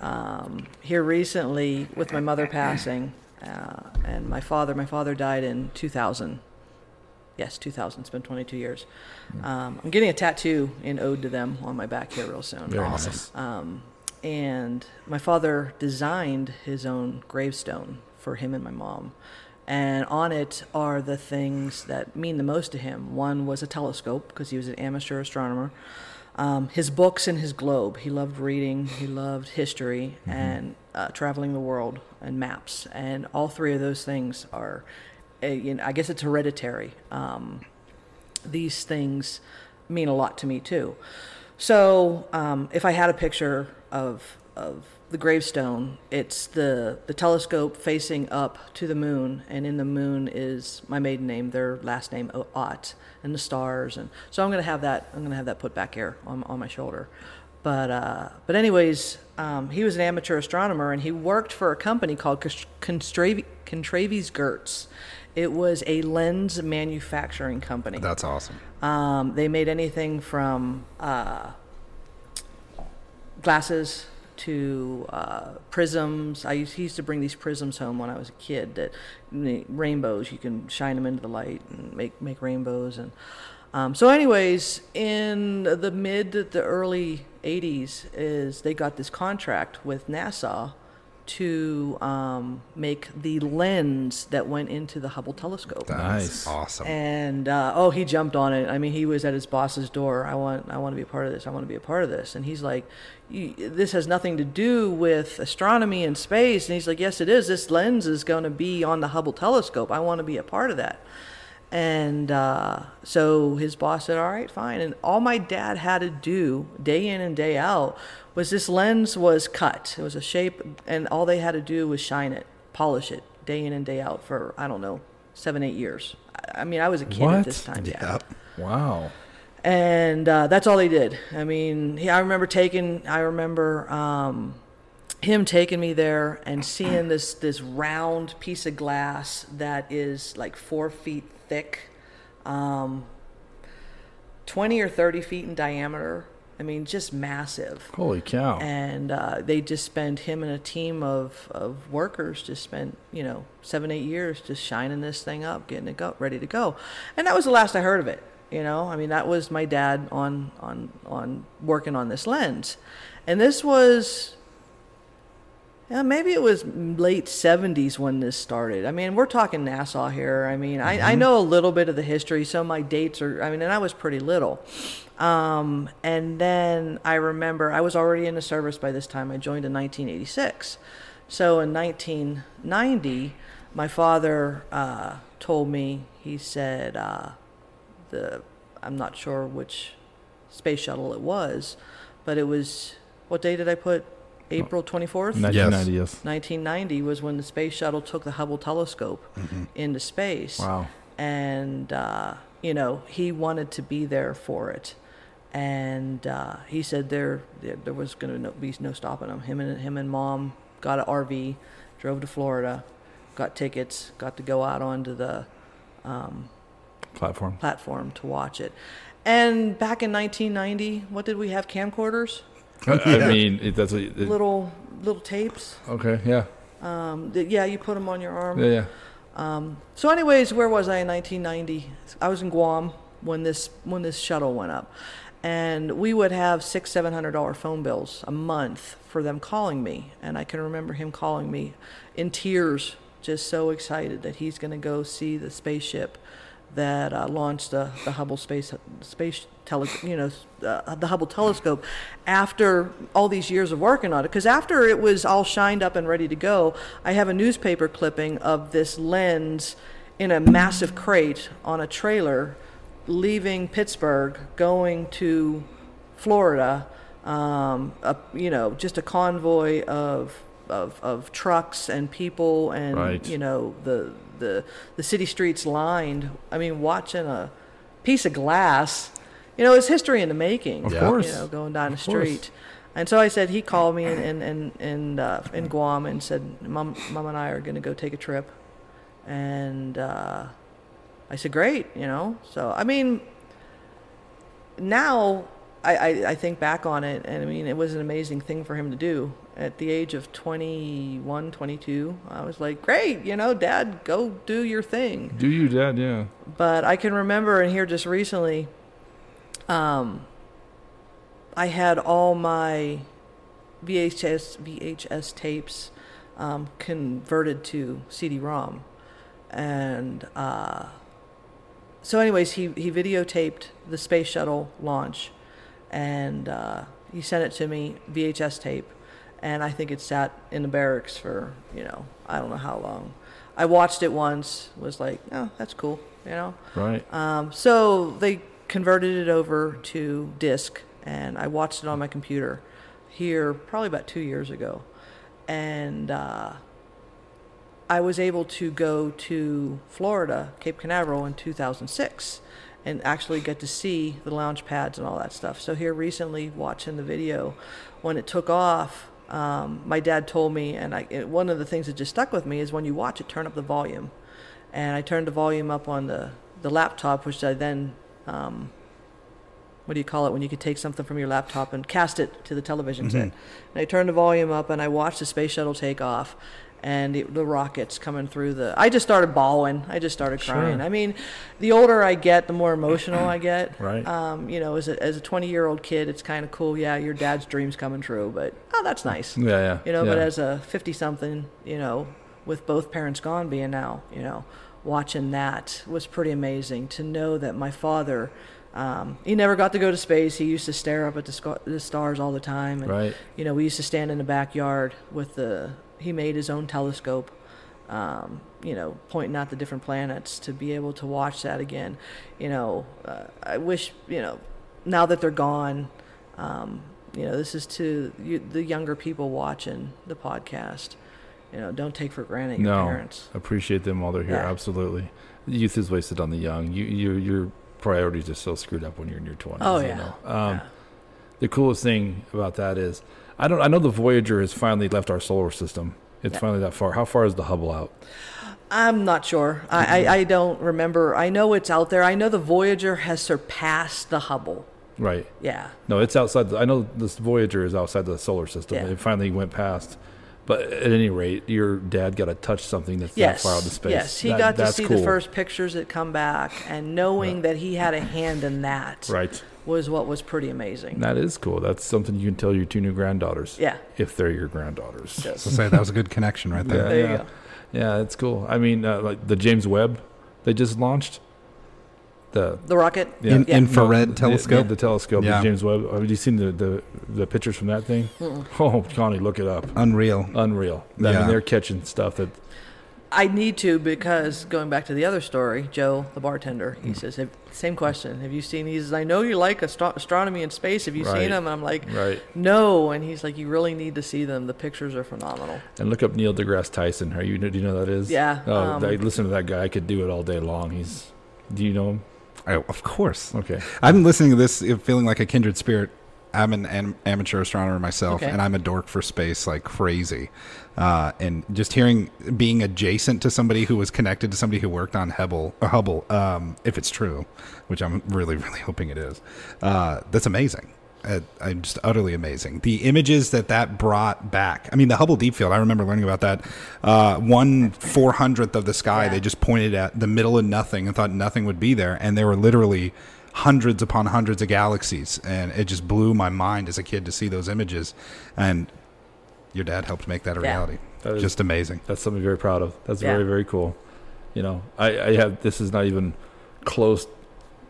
C: Um, here recently, with my mother passing, uh, and my father. My father died in 2000. Yes, 2000. It's been 22 years. Um, I'm getting a tattoo in ode to them on my back here real soon.
A: Very nice.
C: Um, and my father designed his own gravestone for him and my mom. And on it are the things that mean the most to him. One was a telescope, because he was an amateur astronomer. Um, his books and his globe. He loved reading, he loved history, and uh, traveling the world, and maps. And all three of those things are, uh, you know, I guess it's hereditary. Um, these things mean a lot to me too. So um, if I had a picture of of the gravestone, it's the the telescope facing up to the moon, and in the moon is my maiden name, their last name O- Ott, and the stars, and so I'm gonna have that I'm gonna have that put back here on on my shoulder. But uh, but anyways, um, he was an amateur astronomer, and he worked for a company called Cons- Constravi- Contraves Gertz. It was a lens manufacturing company.
B: That's awesome.
C: Um, they made anything from uh, glasses to uh, prisms. I used, he used to bring these prisms home when I was a kid. That rainbows, you can shine them into the light and make make rainbows. And um, so, anyways, in the mid to the early '80s, is they got this contract with NASA to um, make the lens that went into the Hubble telescope.
B: That's
A: Nice.
B: Awesome.
C: And uh, oh, he jumped on it. I mean, he was at his boss's door. I want, I want to be a part of this. I want to be a part of this. And he's like, "You- "This has nothing to do with astronomy and space." And he's like, "Yes, it is. This lens is going to be on the Hubble telescope. I want to be a part of that." And uh, so his boss said, All right, fine. And all my dad had to do day in and day out was this lens was cut. It was a shape, and all they had to do was shine it, polish it day in and day out for, I don't know, seven, eight years. I- I mean, I was a kid at
A: What?
C: this time.
B: Yeah.
A: Wow.
C: And uh, that's all they did. I mean, he, I remember taking, I remember um, him taking me there and seeing this this round piece of glass that is like four feet thick. 20 or 30 feet in diameter. I mean, just massive.
A: Holy cow.
C: And uh, they just spent him and a team of, of workers just spent, you know, seven, eight years just shining this thing up, getting it go, ready to go. And that was the last I heard of it. You know, I mean, that was my dad on, on, on working on this lens. And this was yeah, maybe it was late 70s when this started. I mean, we're talking Nassau here. I mean, I, I know a little bit of the history, so my dates are, I mean, and I was pretty little. Um, and then I remember I was already in the service by this time. I joined in 1986. So in 1990, my father uh, told me, he said, uh, the I'm not sure which space shuttle it was, but it was what day did I put? April 24th.
A: 1990, yes.
C: 1990 was when the space shuttle took the Hubble telescope into space.
A: Wow.
C: And, uh, you know, he wanted to be there for it. And uh, he said there, there, there was going to no, be no stopping him. Him and, him and mom got an RV, drove to Florida, got tickets, got to go out onto the
A: Platform.
C: platform to watch it. And back in 1990, what did we have? Camcorders?
A: I mean, it, that's a, it-
C: Little little tapes?
A: okay. Yeah.
C: Um, that- yeah, you put them on your arm.
A: Yeah. Yeah.
C: So, anyways, where was I in 1990? I was in Guam when this when this shuttle went up, and we would have six, seven hundred dollar phone bills a month for them calling me, and I can remember him calling me in tears, just so excited that he's going to go see the spaceship that uh, launched the, the Hubble space space tele, you know uh, the Hubble telescope after all these years of working on it because after it was all shined up and ready to go I have a newspaper clipping of this lens in a massive crate on a trailer leaving Pittsburgh going to Florida um, a, you know just a convoy of of, of trucks and people and
A: Right.
C: you know know the the the city streets lined. I mean, watching a piece of glass, you know, it's history in the making. Of
A: course.
C: you know, going down the
A: Of course.
C: street. And so I said he called me in in in in, uh, in Guam and said, "Mom, mom and I are going to go take a trip," and uh, I said, "Great," you know. So I mean, now I, I, I think back on it, and I mean, it was an amazing thing for him to do. At the age of 21, 22, I was like, great, you know, dad, go do your thing.
A: Do you, Dad? Yeah.
C: But I can remember, and here just recently, um, I had all my VHS, VHS tapes um, converted to CD ROM. And, uh, so anyways he, he videotaped the space shuttle launch and uh, he sent it to me vhs tape and i think it sat in the barracks for you know i don't know how long i watched it once was like oh that's cool you know
A: Right.
C: um, so they converted it over to disk, and I watched it on my computer here probably about two years ago, and uh, I was able to go to Florida, Cape Canaveral, in 2006. And actually get to see the lounge pads and all that stuff. So here recently, watching the video, when it took off, um, my dad told me, and I, it, one of the things that just stuck with me is when you watch it, turn up the volume and I turned the volume up on the, the laptop, which I then, um, what do you call it when you could take something from your laptop and cast it to the television set? And I turned the volume up and I watched the space shuttle take off and the, the rockets coming through the. I just started bawling. I just started crying. I mean, the older I get, the more emotional I get.
A: Right.
C: Um, you know, as a, as a 20 year old kid, it's kind of cool. Yeah, your dad's dream's coming true, but oh, that's nice.
A: yeah. Yeah.
C: You know, but
A: yeah.
C: as a 50 something, you know, with both parents gone being now, you know, watching that was pretty amazing to know that my father, um, he never got to go to space. He used to stare up at the, sc- the stars all the time. And,
A: Right.
C: You know, we used to stand in the backyard with the, he made his own telescope um, you know, pointing out the different planets to be able to watch that again. You know, uh, I wish, you know, now that they're gone, um, you know, this is to you, the younger people watching the podcast. You know, don't take for granted your
A: no,
C: parents.
A: appreciate them while they're here.
C: Yeah.
A: Absolutely, youth is wasted on the young. You, you, your priorities are so screwed up when you're in your twenties.
C: Oh,
A: you
C: yeah.
A: know? Um, The coolest thing about that is, I don't. I know the Voyager has finally left our solar system. It's
C: Yeah.
A: finally that far. How far is the Hubble out?
C: I'm not sure. I, I, I don't remember. I know it's out there. I know the Voyager has surpassed the Hubble.
A: Right.
C: Yeah.
A: No, it's outside. The, I know this Voyager is outside the solar system.
C: Yeah.
A: It finally went past. But at any rate, your dad got to touch something that's
C: Yes.
A: that far out in space.
C: Yes. He
A: That-
C: got to
A: that's
C: see
A: cool.
C: the first pictures that come back, and knowing that he had a hand in that
A: Right.
C: was what was pretty amazing.
A: That is cool. That's something you can tell your two new granddaughters.
C: Yeah.
A: If they're your granddaughters.
B: So say that was a good connection right there.
A: Yeah,
C: There you
A: yeah.
C: go.
A: Yeah, it's cool. I mean, uh, like the James Webb they just launched. The
C: The rocket.
A: Yeah.
B: In-
C: Yeah.
B: infrared
A: no, the-
B: telescope.
A: The, the telescope,
B: Yeah.
A: the James Webb. Have you seen the, the, the pictures from that thing? Oh, Connie, look it up.
B: Unreal.
A: Unreal. I
B: Yeah.
A: mean, they're catching stuff that
C: I need to because going back to the other story, Joe, the bartender,
A: Hmm.
C: he says, "Have- same question. Have you seen? He says, I know you like astro- astronomy and space. Have you
A: Right.
C: seen them? And I'm like,
A: right.
C: no. And he's like, you really need to see them. The pictures are phenomenal.
A: And look up Neil deGrasse Tyson. Are you? Do you know who that is?
C: Yeah,
A: Oh,
C: um,
A: I listen to that guy. I could do it all day long. He's. Do you know him?
B: Oh, of course.
A: Okay.
B: I've been listening to this, uh, feeling like a kindred spirit. I'm an am- amateur astronomer myself,
C: Okay.
B: and I'm a dork for space like crazy. Uh, and just hearing being adjacent to somebody who was connected to somebody who worked on Hubble, or Hubble, um, if it's true, which I'm really, really hoping it is, uh, that's amazing. Uh, I'm just utterly amazing. The images that that brought back. I mean, the Hubble Deep Field. I remember learning about that. Uh, one four hundredth of the sky.
C: Yeah.
B: They just pointed at the middle of nothing and thought nothing would be there, and there were literally hundreds upon hundreds of galaxies, and it just blew my mind as a kid to see those images. And your dad helped make that a
C: Yeah.
B: reality.
A: That is-
B: just amazing.
A: That's something very proud of. That's
C: Yeah.
A: very very cool. You know, I, I have this is not even close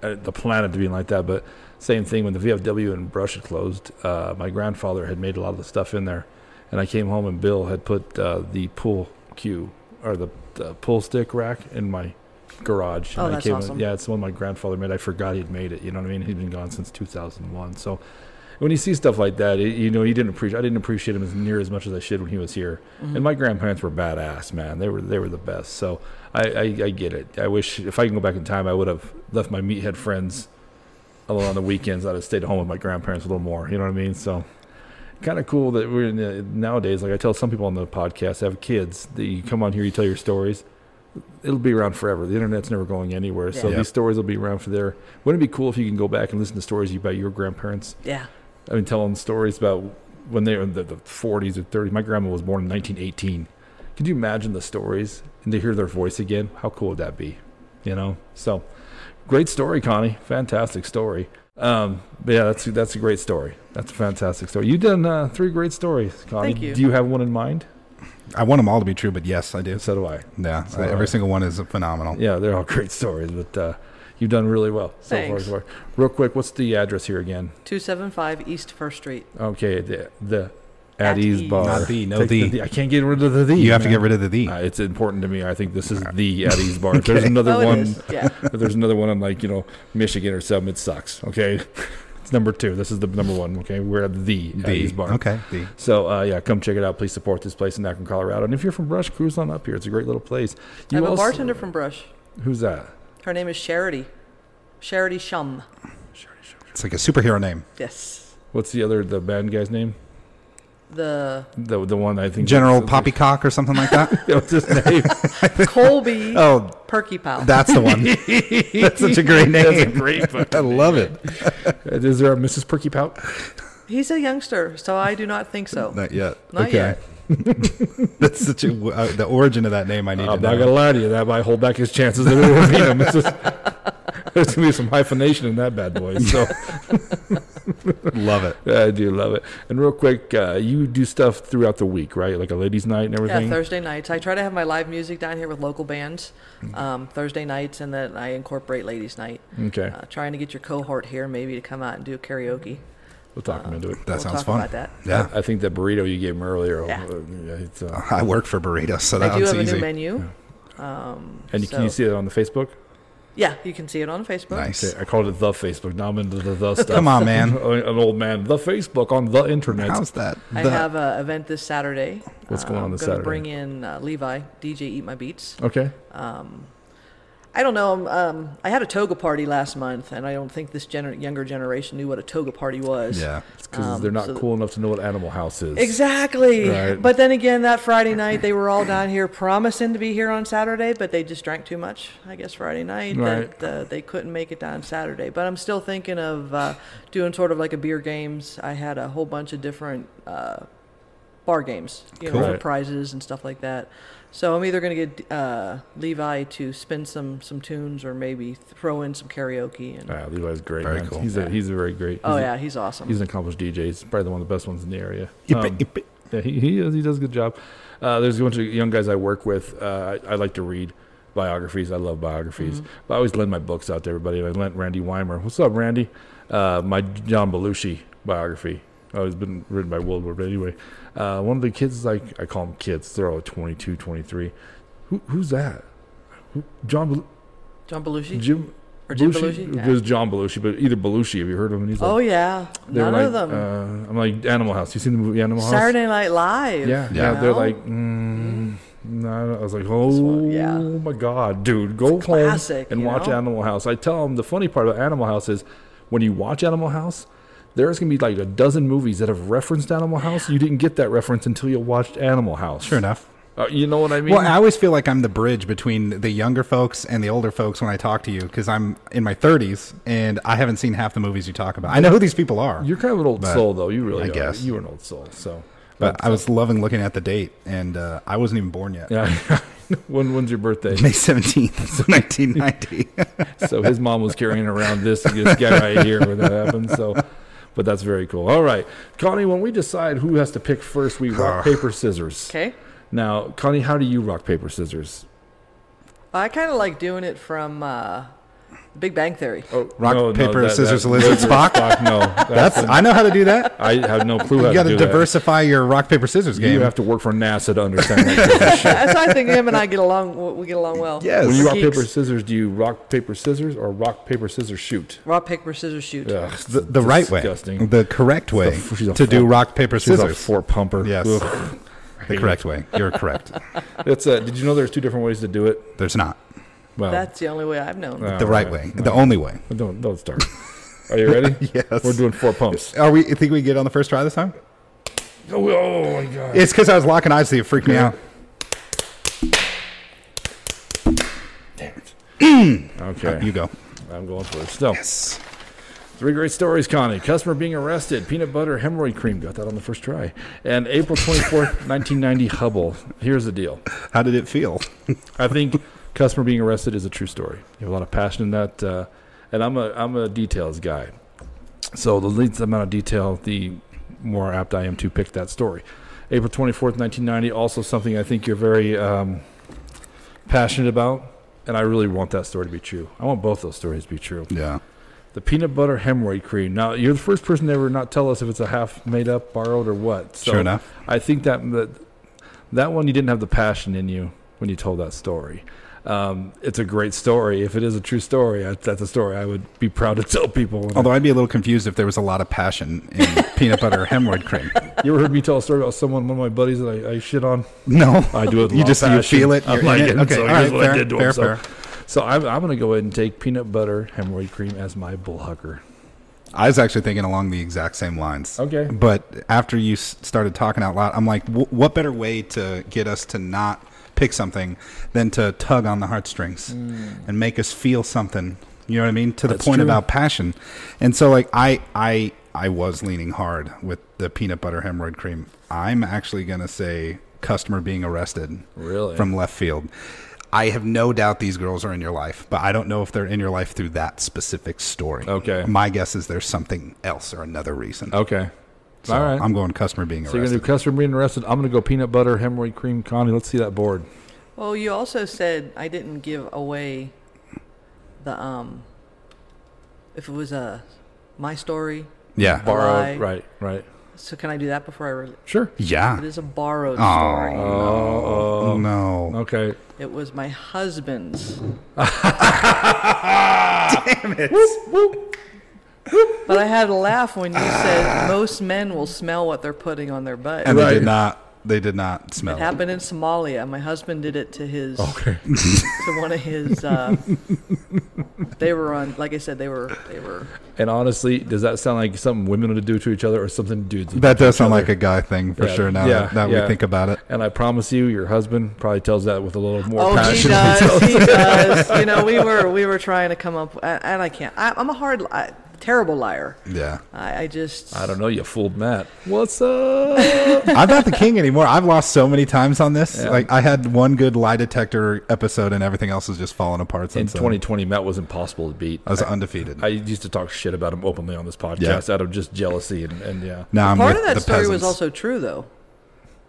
A: uh, the planet to being like that, but same thing when the VFW and Brush had closed. Uh, my grandfather had made a lot of the stuff in there, and I came home and Bill had put uh, the pull cue or the, the pull stick rack in my garage.
C: Oh,
A: and I
C: that's
A: came,
C: awesome.
A: Yeah, it's one my grandfather made. I forgot he'd made it. You know what I mean? He'd been gone since 2001, so. When you see stuff like that, it, you know you didn't appreciate. I didn't appreciate him as near as much as I should when he was here.
C: Mm-hmm.
A: And my grandparents were badass, man. They were they were the best. So I, I, I get it. I wish if I can go back in time, I would have left my meathead friends alone on the weekends. I'd have stayed home with my grandparents a little more. You know what I mean? So kind of cool that we're in the, nowadays. Like I tell some people on the podcast, have kids that you come on here, you tell your stories. It'll be around forever. The internet's never going anywhere. So
C: Yeah.
B: Yep.
A: these stories will be around for there. Wouldn't it be cool if you can go back and listen to stories about your grandparents?
C: Yeah.
A: I mean, telling stories about when they were in the, the 40s or 30s. My grandma was born in 1918. Could you imagine the stories and to hear their voice again? How cool would that be? You know, so great story, Connie. Fantastic story. Um, but yeah, that's that's a great story. That's a fantastic story. You've done uh, three great stories, Connie.
C: Thank you.
A: Do you have one in mind?
B: I want them all to be true, but yes, I do.
A: So do I.
B: Yeah,
A: So,
B: every
A: uh,
B: single one is phenomenal.
A: Yeah, they're all great stories, but uh, you've done really well so far.
C: Thanks.
A: So far. Real quick, what's the address here again?
C: 275 East First Street.
A: Okay, the the at,
C: At
A: ease,
C: Ease.
A: bar.
B: Not the, no
A: Take
B: the.
A: I can't get rid of the the.
B: You have to
A: man.
B: get rid of the the.
A: Uh, it's important to me. I think this is the at ease bar. If there's another
C: Oh, it
A: one,
C: is. Yeah.
A: if there's another one on like you know Michigan or something, it sucks. Okay, it's number two. This is the number one. Okay, we're at the, at ease bar.
B: Okay. The.
A: So uh, yeah, come check it out. Please support this place in Akron, Colorado. And if you're from Brush, cruise on up here. It's a great little place.
C: I
A: You
C: have a
A: also-
C: bartender from Brush.
A: Who's that?
C: Her name is Charity. Charity Shum.
B: It's like a superhero name.
C: Yes.
A: What's the other the band guy's name?
C: The
A: The the one I think
B: General Poppycock or something like that.
A: What's his name?
C: Colby
B: oh,
C: Perky Pal.
B: that's the one. that's such a great name.
A: That's a great. fucking
B: I love it.
A: Is there a Mrs. Perky Pout?
C: He's a youngster, so I do not think so.
B: Not yet.
C: Not
B: okay. that's such a uh, the origin of that name. I need
A: I'm
B: to
A: not
B: know.
A: gonna lie to you. That might hold back his chances of winning him. It's just- there's gonna be some hyphenation in that bad boy. So
B: Love it.
A: I do love it. And real quick, uh, you do stuff throughout the week, right? Like a ladies' night and
C: Yeah,
A: everything.
C: Thursday nights. I try to have my live music down here with local bands um, Thursday nights, and then I incorporate ladies' night.
A: okay.
C: Uh, trying to get your cohort here maybe to come out and do karaoke.
A: We'll talk him into it.
B: That
C: We'll
B: sounds
C: talk
B: fun.
C: about that.
B: Yeah. Ah.
A: I think that burrito you gave him earlier. uh,
C: Yeah.
A: it's, uh,
B: I work for burritos, so
C: I do
B: that's
C: have a
B: easy.
C: new menu.
A: and you can you
C: So-
A: see it on the Facebook?
C: Yeah, you can see it on Facebook.
B: Nice.
A: Okay, I called it the Facebook. Now I'm into the the stuff.
B: Come on, man.
A: an old man. The Facebook on the internet.
B: How's that?
C: I
B: The-
C: have an event this Saturday. Uh,
A: What's going on
C: I'm
A: this
C: gonna
A: Saturday?
C: Bring in uh, Levi, DJ Eat My Beats.
A: okay.
C: I don't know. um, Um, I had a toga party last month, and I don't think this gener- younger generation knew what a toga party was.
B: yeah.
A: Because
C: um,
A: they're not
C: so th-
A: cool enough to know what Animal House is.
C: Exactly.
A: Right.
C: But then again, that Friday night, they were all down here promising to be here on Saturday, but they just drank too much, I guess, Friday night
A: Right.
C: that uh, they couldn't make it down Saturday. But I'm still thinking of uh, doing sort of like a beer games. I had a whole bunch of different uh, bar games, you know,
A: Cool.
C: for
A: Right.
C: prizes and stuff like that. So I'm either going to get uh, Levi to spin some some tunes or maybe throw in some karaoke. And,
A: Ah, Levi's great.
B: Very
A: man.
B: cool.
A: He's a he's a very great.
C: oh,
A: he's
C: yeah, he's
A: A,
C: awesome.
A: he's an accomplished DJ. He's probably one of the best ones in the area.
B: Yippee,
A: Um,
B: yippee.
A: Yeah, he, he is. He does a good job. Uh, there's a bunch of young guys I work with. Uh, I, I like to read biographies. I love biographies. But I always lend my books out to everybody. And I lent Randy Weimer. What's up, Randy? Uh, my John Belushi biography. Oh, it's been written by Wilbur. But anyway, uh, one of the kids, like I call them kids. They're all 22, 23. Who, who's that? Who, John Bel-
C: John Belushi?
A: Jim
C: Or Jim Belushi?
A: It
C: Yeah.
A: was John Belushi, but either Belushi. Have you heard of him? And he's
C: oh,
A: like,
C: yeah.
A: they were
C: None of
A: like,
C: them.
A: Uh, I'm like Animal House. You seen the movie Animal House?
C: Saturday Night Live.
A: Yeah,
B: Yeah.
A: yeah.
C: you
A: They're
C: know?
A: like, mm, no. I was like, oh
C: one, yeah.
A: my god, dude, go home
C: classic,
A: and
C: you
A: watch
C: know?
A: Animal House. I tell them the funny part about Animal House is when you watch Animal House. There's gonna be like a dozen movies that have referenced Animal House. You didn't get that reference until you watched Animal House.
B: Sure enough.
A: Uh, you know what I mean?
B: Well, I always feel like I'm the bridge between the younger folks and the older folks when I talk to you because I'm in my 30s and I haven't seen half the movies you talk about. I know who these people are,
A: You're kind of an old
B: But,
A: soul, though. You really,
B: I
A: are.
B: guess.
A: you're an old soul. So,
B: but I was loving looking at the date and uh, I wasn't even born yet.
A: yeah. when when's your birthday?
B: May 17th, so 1990.
A: so his mom was carrying around this this guy right here when that happened. So, but that's very cool. All right, Connie. When we decide who has to pick first, we rock paper scissors.
C: Okay.
A: Now, Connie, how do you rock paper scissors?
C: I kind of like doing it from uh, Big Bang Theory.
A: Oh,
B: Rock, paper, scissors, lizard,
A: lizards,
B: Spock?
A: No,
B: That's I know how to do that.
A: I have no clue how
B: You got
A: to
B: to
A: do that.
B: diversify your rock paper scissors game.
A: You have to work for NASA to understand that.
C: That's why I think him and I get along. We get along well.
B: Yes.
A: when you rock
C: Geeks.
A: paper scissors, do you rock paper scissors or rock paper scissors shoot?
C: Rock, paper, scissors, shoot.
A: Ugh,
B: the, the right way,
A: disgusting.
B: the correct way
A: f- she's a
B: to do
A: four-
B: rock paper
A: She's a
B: scissors.
A: four pumper.
B: Yes,
A: Ugh.
B: the correct way. You're correct.
A: That's uh, did you know there's two different ways to do it?
B: There's not
A: Well,
C: That's the only way I've known.
A: uh,
B: the right way. The only way.
A: Don't don't start. Are you ready?
B: Yes.
A: We're doing four pumps.
B: Are we? Think we get on the first try this time?
A: Oh, oh my god.
B: It's because I was locking eyes. So you freaked me out.
A: Damn it. okay.
B: You go.
A: I'm going first. So three great stories, Connie. Customer being arrested, peanut butter hemorrhoid cream. Got that on the first try. And April 24th, 1990, Hubble. Here's the deal.
B: How did it feel?
A: I think customer being arrested is a true story. You have a lot of passion in that, uh, and I'm a I'm a details guy. So the least amount of detail, the more apt I am to pick that story. April 24th, 1990. Also something I think you're very um, passionate about, and I really want that story to be true. I want both those stories to be true.
B: Yeah.
A: The peanut butter hemorrhoid cream. Now you're the first person to ever not tell us if it's a half made up, borrowed, or what. So
B: Sure enough.
A: I think that, that that one you didn't have the passion in you when you told that story. Um, it's a great story. If it is a true story, I, that's a story I would be proud to tell people. when I-
B: Although I'd be a little confused if there was a lot of passion in peanut butter hemorrhoid cream.
A: you ever heard me tell a story about someone, one of my buddies that I, I shit on?
B: No,
A: I do it. with a
B: You
A: lot
B: just
A: of
B: you
A: passion.
B: feel it.
A: I'm
B: you're
A: like,
B: in it.
A: and
B: Okay,
A: so
B: all
A: here's
B: right,
A: what
B: fair,
A: I did to
B: fair,
A: him. So,
B: fair.
A: so I'm, I'm going to go ahead and take peanut butter hemorrhoid cream as my bull hugger.
B: I was actually thinking along the exact same lines.
A: Okay.
B: But after you s- started talking out loud, I'm like, w- what better way to get us to not pick something than to tug on the heartstrings and make us feel something? You know what I mean? To the
A: Mm. That's
B: point
A: true.
B: about passion. And so, like, I, I, I was leaning hard with the peanut butter hemorrhoid cream. I'm actually gonna say customer being arrested.
A: Really?
B: From left field. I have no doubt these girls are in your life, but I don't know if they're in your life through that specific story.
A: Okay.
B: My guess is there's something else or another reason.
A: Okay.
B: So
A: All right.
B: I'm going customer being
A: So you're
B: arrested.
A: gonna do customer being arrested. I'm gonna go peanut butter, hemorrhoid cream, Connie. Let's see that board.
C: Well, you also said I didn't give away the um, if it was a my story
B: Yeah.
A: Borrowed.
C: Lie.
A: Uh, Right. Right.
C: So can I do that before I? Re-
A: Sure.
B: Yeah.
C: it is a borrowed story.
A: Oh,
B: Oh, no.
A: okay.
C: It was my husband's.
B: Damn it.
C: But I had a laugh when you said most men will smell what they're putting on their butt.
B: And
C: it
B: they
A: Right.
B: did not. They did not smell. it.
C: happened in Somalia. My husband did it to his
A: Okay.
C: to one of his. Uh, they were on, like I said, they were they were.
A: And honestly, does that sound like something women would do to each other or something dudes would
B: That does sound like a guy thing for
A: Yeah.
B: sure. Now
A: Yeah.
B: that, that
A: Yeah.
B: we think about it.
A: And I promise you, your husband probably tells that with a little more
C: Oh, he
A: passion.
C: does. He does. You know, we were we were trying to come up, and and I can't. I, I'm a hard, li- I, terrible liar.
B: Yeah.
C: I, I just.
A: I don't know. You fooled Matt. What's up?
B: I'm not the king anymore. I've lost so many times on this.
A: Yeah.
B: Like I had one good lie detector episode, and everything else has just fallen apart
A: In
B: since. then.
A: 2020, Matt was impossible to beat.
B: I was undefeated.
A: I used to talk shit about him openly on this podcast
B: Yeah.
A: out of just jealousy and, and yeah.
B: now I'm
C: Part
B: with
C: of that
B: the
C: story was
B: peasants.
C: also true, though,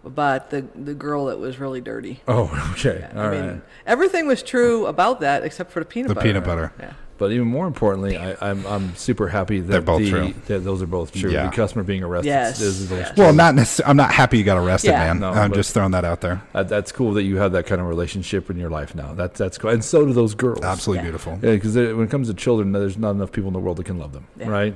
C: about the the girl that was really dirty.
A: Oh, okay. All
C: I
A: right.
C: mean, everything was true about that except for the peanut
B: The
C: butter.
B: peanut butter.
C: Yeah.
A: But even more importantly, I, I'm I'm super happy that
B: They're both
A: the,
B: true.
A: That those are both true.
B: Yeah.
A: The customer being arrested
C: Yes,
A: is, is
C: yes.
B: Well, not necessarily. I'm not happy you got arrested,
C: Yeah.
B: man.
A: No,
B: I'm
A: but-
B: just throwing that out there.
A: Uh, that's cool that you have that kind of relationship in your life now. That's that's cool, and so do those girls.
B: Absolutely
C: Yeah.
B: beautiful.
A: Yeah, because when it comes to children, there's not enough people in the world that can love them,
C: Yeah.
A: right?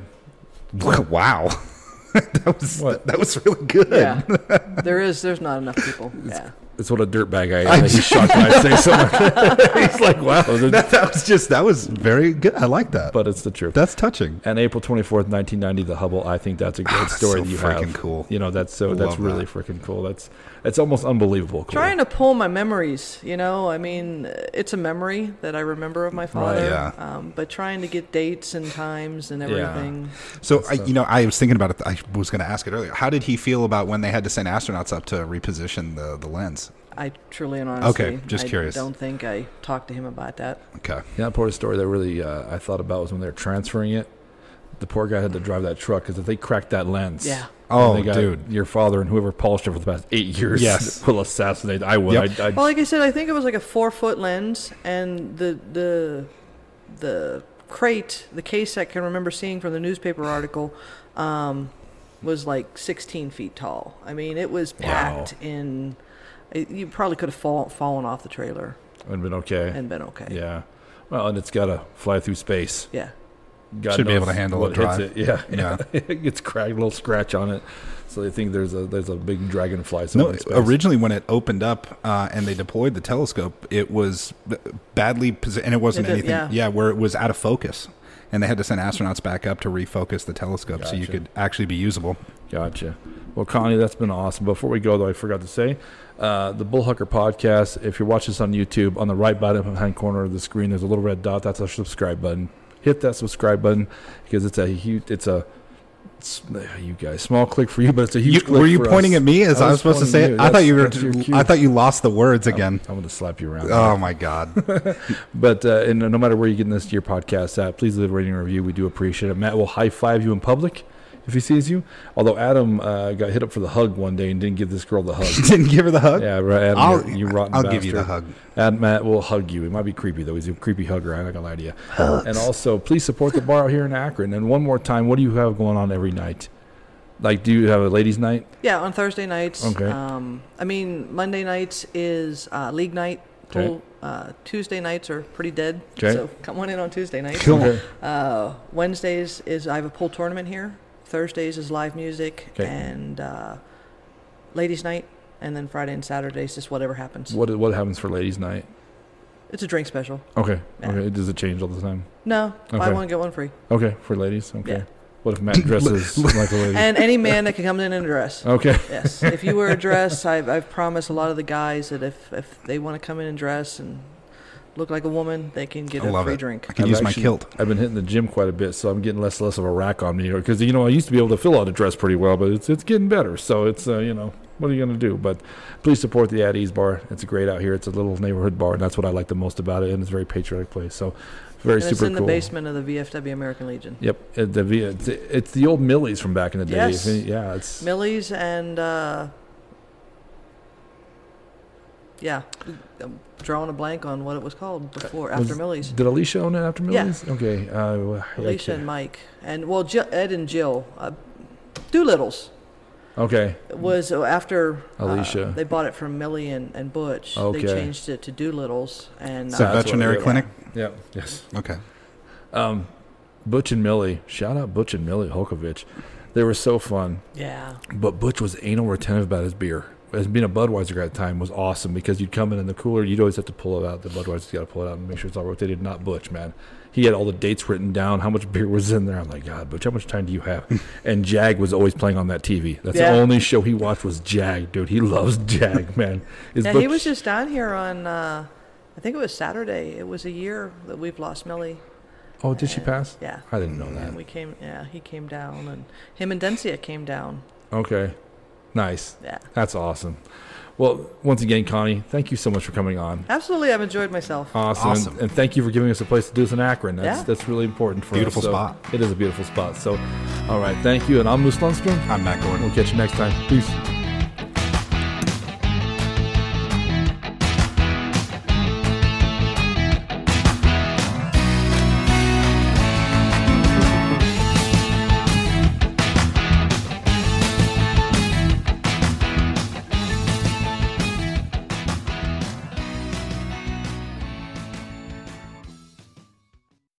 B: Wow, that was
A: What?
B: that was really good.
C: Yeah. there is. There's not enough people. Yeah.
A: That's what a dirtbag I am. I get shocked when I say something. He's like, wow.
B: That, that was just that was very good. I like that.
A: But it's the truth.
B: that's touching.
A: and April 24th, 1990, the Hubble. I think that's a great
B: that's
A: story
B: Ah,
A: that
B: so
A: you
B: freaking
A: have.
B: cool.
A: You know, that's so that's
B: Love
A: really
B: that.
A: freaking cool. That's it's almost unbelievable. Cool.
C: Trying to pull my memories, you know. I mean, it's a memory that I remember of my father.
B: Yeah.
C: Um, but trying to get dates and times and everything.
B: So I, you know, I was thinking about it. I was going to ask it earlier. How did he feel about when they had to send astronauts up to reposition the the lens?
C: I truly and honestly.
B: Okay, just
C: I
B: curious.
C: Don't think I talked to him about that.
B: Okay.
A: Yeah, that part of the story that really uh, I thought about was when they were transferring it. The poor guy had to drive that truck because if they cracked that lens,
C: Yeah.
B: Oh,
A: they got
B: dude.
A: your father and whoever polished it for the past eight years,
B: Yes.
A: will assassinate. I would.
B: Yep.
A: I, I,
C: Well, like I said, I think it was like a four foot lens, and the the the crate, the case I can remember seeing from the newspaper article, um, was like 16 feet tall. I mean, it was packed in. It, you probably could have fall, fallen off the trailer
A: would have been okay.
C: and been okay.
A: yeah. Well, and it's got to fly through space.
C: Yeah.
A: God
B: Should be able
A: knows
B: to handle
A: what
B: a
A: hits
B: drive.
A: it. Yeah, yeah. it gets cracked, a little scratch on it. So they think there's a there's a big dragonfly somewhere
B: No,
A: in space.
B: originally when it opened up uh, and they deployed the telescope, it was b- badly positioned, and it wasn't
C: It did,
B: anything.
C: yeah.
B: where it was out of focus, and they had to send astronauts back up to refocus the telescope so you
A: Gotcha.
B: could actually be usable.
A: Gotcha. Well, Connie, that's been awesome. Before we go, though, I forgot to say uh, the Bullhucker podcast. If you're watching this on YouTube, on the right bottom hand corner of the screen, there's a little red dot. That's our subscribe button. Hit that subscribe button because it's a huge. It's a it's- you guys small click for you, but it's a huge.
B: You,
A: click
B: were you
A: for
B: pointing
A: us.
B: at me as I was, supposed to say
A: pointing
B: it?
A: at
B: I thought you were.
A: That's- that's your cue. Oh.
B: I thought you lost the words again.
A: I'm going to slap you around.
B: Oh my god!
A: But uh, and no matter where you're getting this to your podcast at, please leave a rating and review. We do appreciate it. Matt will high five you in public if he sees you. Although Adam uh, got hit up for the hug one day and didn't give this girl the hug.
B: Didn't give her the hug.
A: yeah, right. Adam,
B: Uh, I'll-
A: you, you rotten
B: I'll
A: bastard.
B: give you the hug.
A: Adam, Matt will hug you. He might be creepy though. He's a creepy hugger. I'm not gonna lie to you. And also, please support the bar out here in Akron. And one more time, what do you have going on every night? Like, do you have a ladies' night?
C: Yeah, on Thursday nights.
A: Okay.
C: Um, I mean, Monday nights is uh, league night.
A: Okay.
C: Pool. Uh, Tuesday nights are pretty dead.
A: Okay.
C: So come on in on Tuesday nights.
B: Cool.
A: Okay.
C: Uh, Wednesdays is I have a pool tournament here. Thursdays is live music
A: Okay.
C: and uh, ladies' night, and then Friday and Saturdays just whatever happens.
A: What what happens for ladies' night?
C: It's a drink special.
A: Okay.
C: Yeah.
A: Okay. Does it change all the time?
C: No, buy
A: Okay.
C: one get one free.
A: Okay, for ladies. Okay.
C: Yeah.
A: What if Matt dresses like a lady?
C: And any man that can come in in a dress.
A: Okay.
C: Yes, if you wear a dress, I've, I've promised a lot of the guys that if, if they want to come in and dress and look like a woman, they can get
B: I
C: a
B: love
C: free
B: it.
C: drink.
B: I can
A: I've
B: use my
A: actually-
B: kilt.
A: I've been hitting the gym quite a bit, so I'm getting less and less of a rack on me. Because you know, I used to be able to fill out a dress pretty well, but it's it's getting better. So it's uh, you know, what are you gonna do? But please support the At Ease Bar. It's great out here. It's a little neighborhood bar, and that's what I like the most about it. And it's a very patriotic place. So very
C: and
A: super
C: it's in the
A: cool.
C: basement of the VFW American Legion.
A: Yep, at the V- it's, it's the old Millie's from back in the day.
C: Yes.
A: If any- yeah, it's
C: Millie's and uh, yeah, I'm drawing a blank on what it was called before after
A: Uh, Was-
C: Millie's.
A: Did Alicia own it after
C: Yeah.
A: Millie's? Okay. Uh, well, I
C: Alicia
A: can't-
C: and Mike, and well, Jill, Ed and Jill, uh, Doolittles
A: Okay.
C: was uh, after uh,
A: Alicia.
C: they bought it from Millie and, and Butch.
A: Okay.
C: They changed it to Doolittles, and
B: So
C: uh,
A: what
B: veterinary
A: it is.
B: clinic.
A: Yeah. Yes. Um,
B: Okay.
A: Butch and Millie. Shout out Butch and Millie Holkovich. They were so fun.
C: yeah,
A: But Butch was anal retentive about his beer. As being a Budweiser guy at the time was awesome because you'd come in in the cooler, you'd always have to pull it out. The Budweiser's got to pull it out and make sure it's all rotated. Not Butch, man. He had all the dates written down, how much beer was in there. I'm like, God, Butch, how much time do you have? and Jag was always playing on that TV. That's
C: Yeah.
A: the only show he watched was Jag, dude. He loves Jag, man. Is
C: yeah.
A: Butch-
C: He was just down here on, uh, I think it was Saturday. It was a year that we've lost Millie.
A: oh, did she pass?
C: Yeah.
A: I didn't know that.
C: And we came, yeah, he came down, and him and Dencia came down.
A: Okay. Nice.
C: Yeah.
A: That's awesome. Well, once again, Connie, thank you so much for coming on.
C: Absolutely, I've enjoyed myself.
A: Awesome. And-
B: Awesome.
A: And, thank you for giving us a place to do this in Akron. That's
C: Yeah.
A: that's really important for
B: Beautiful
A: us. So,
B: spot.
A: It is a beautiful spot. So, all right. Thank you. And I'm Moose Lundstrom.
B: I'm Matt Gordon.
A: We'll catch you next time. Peace.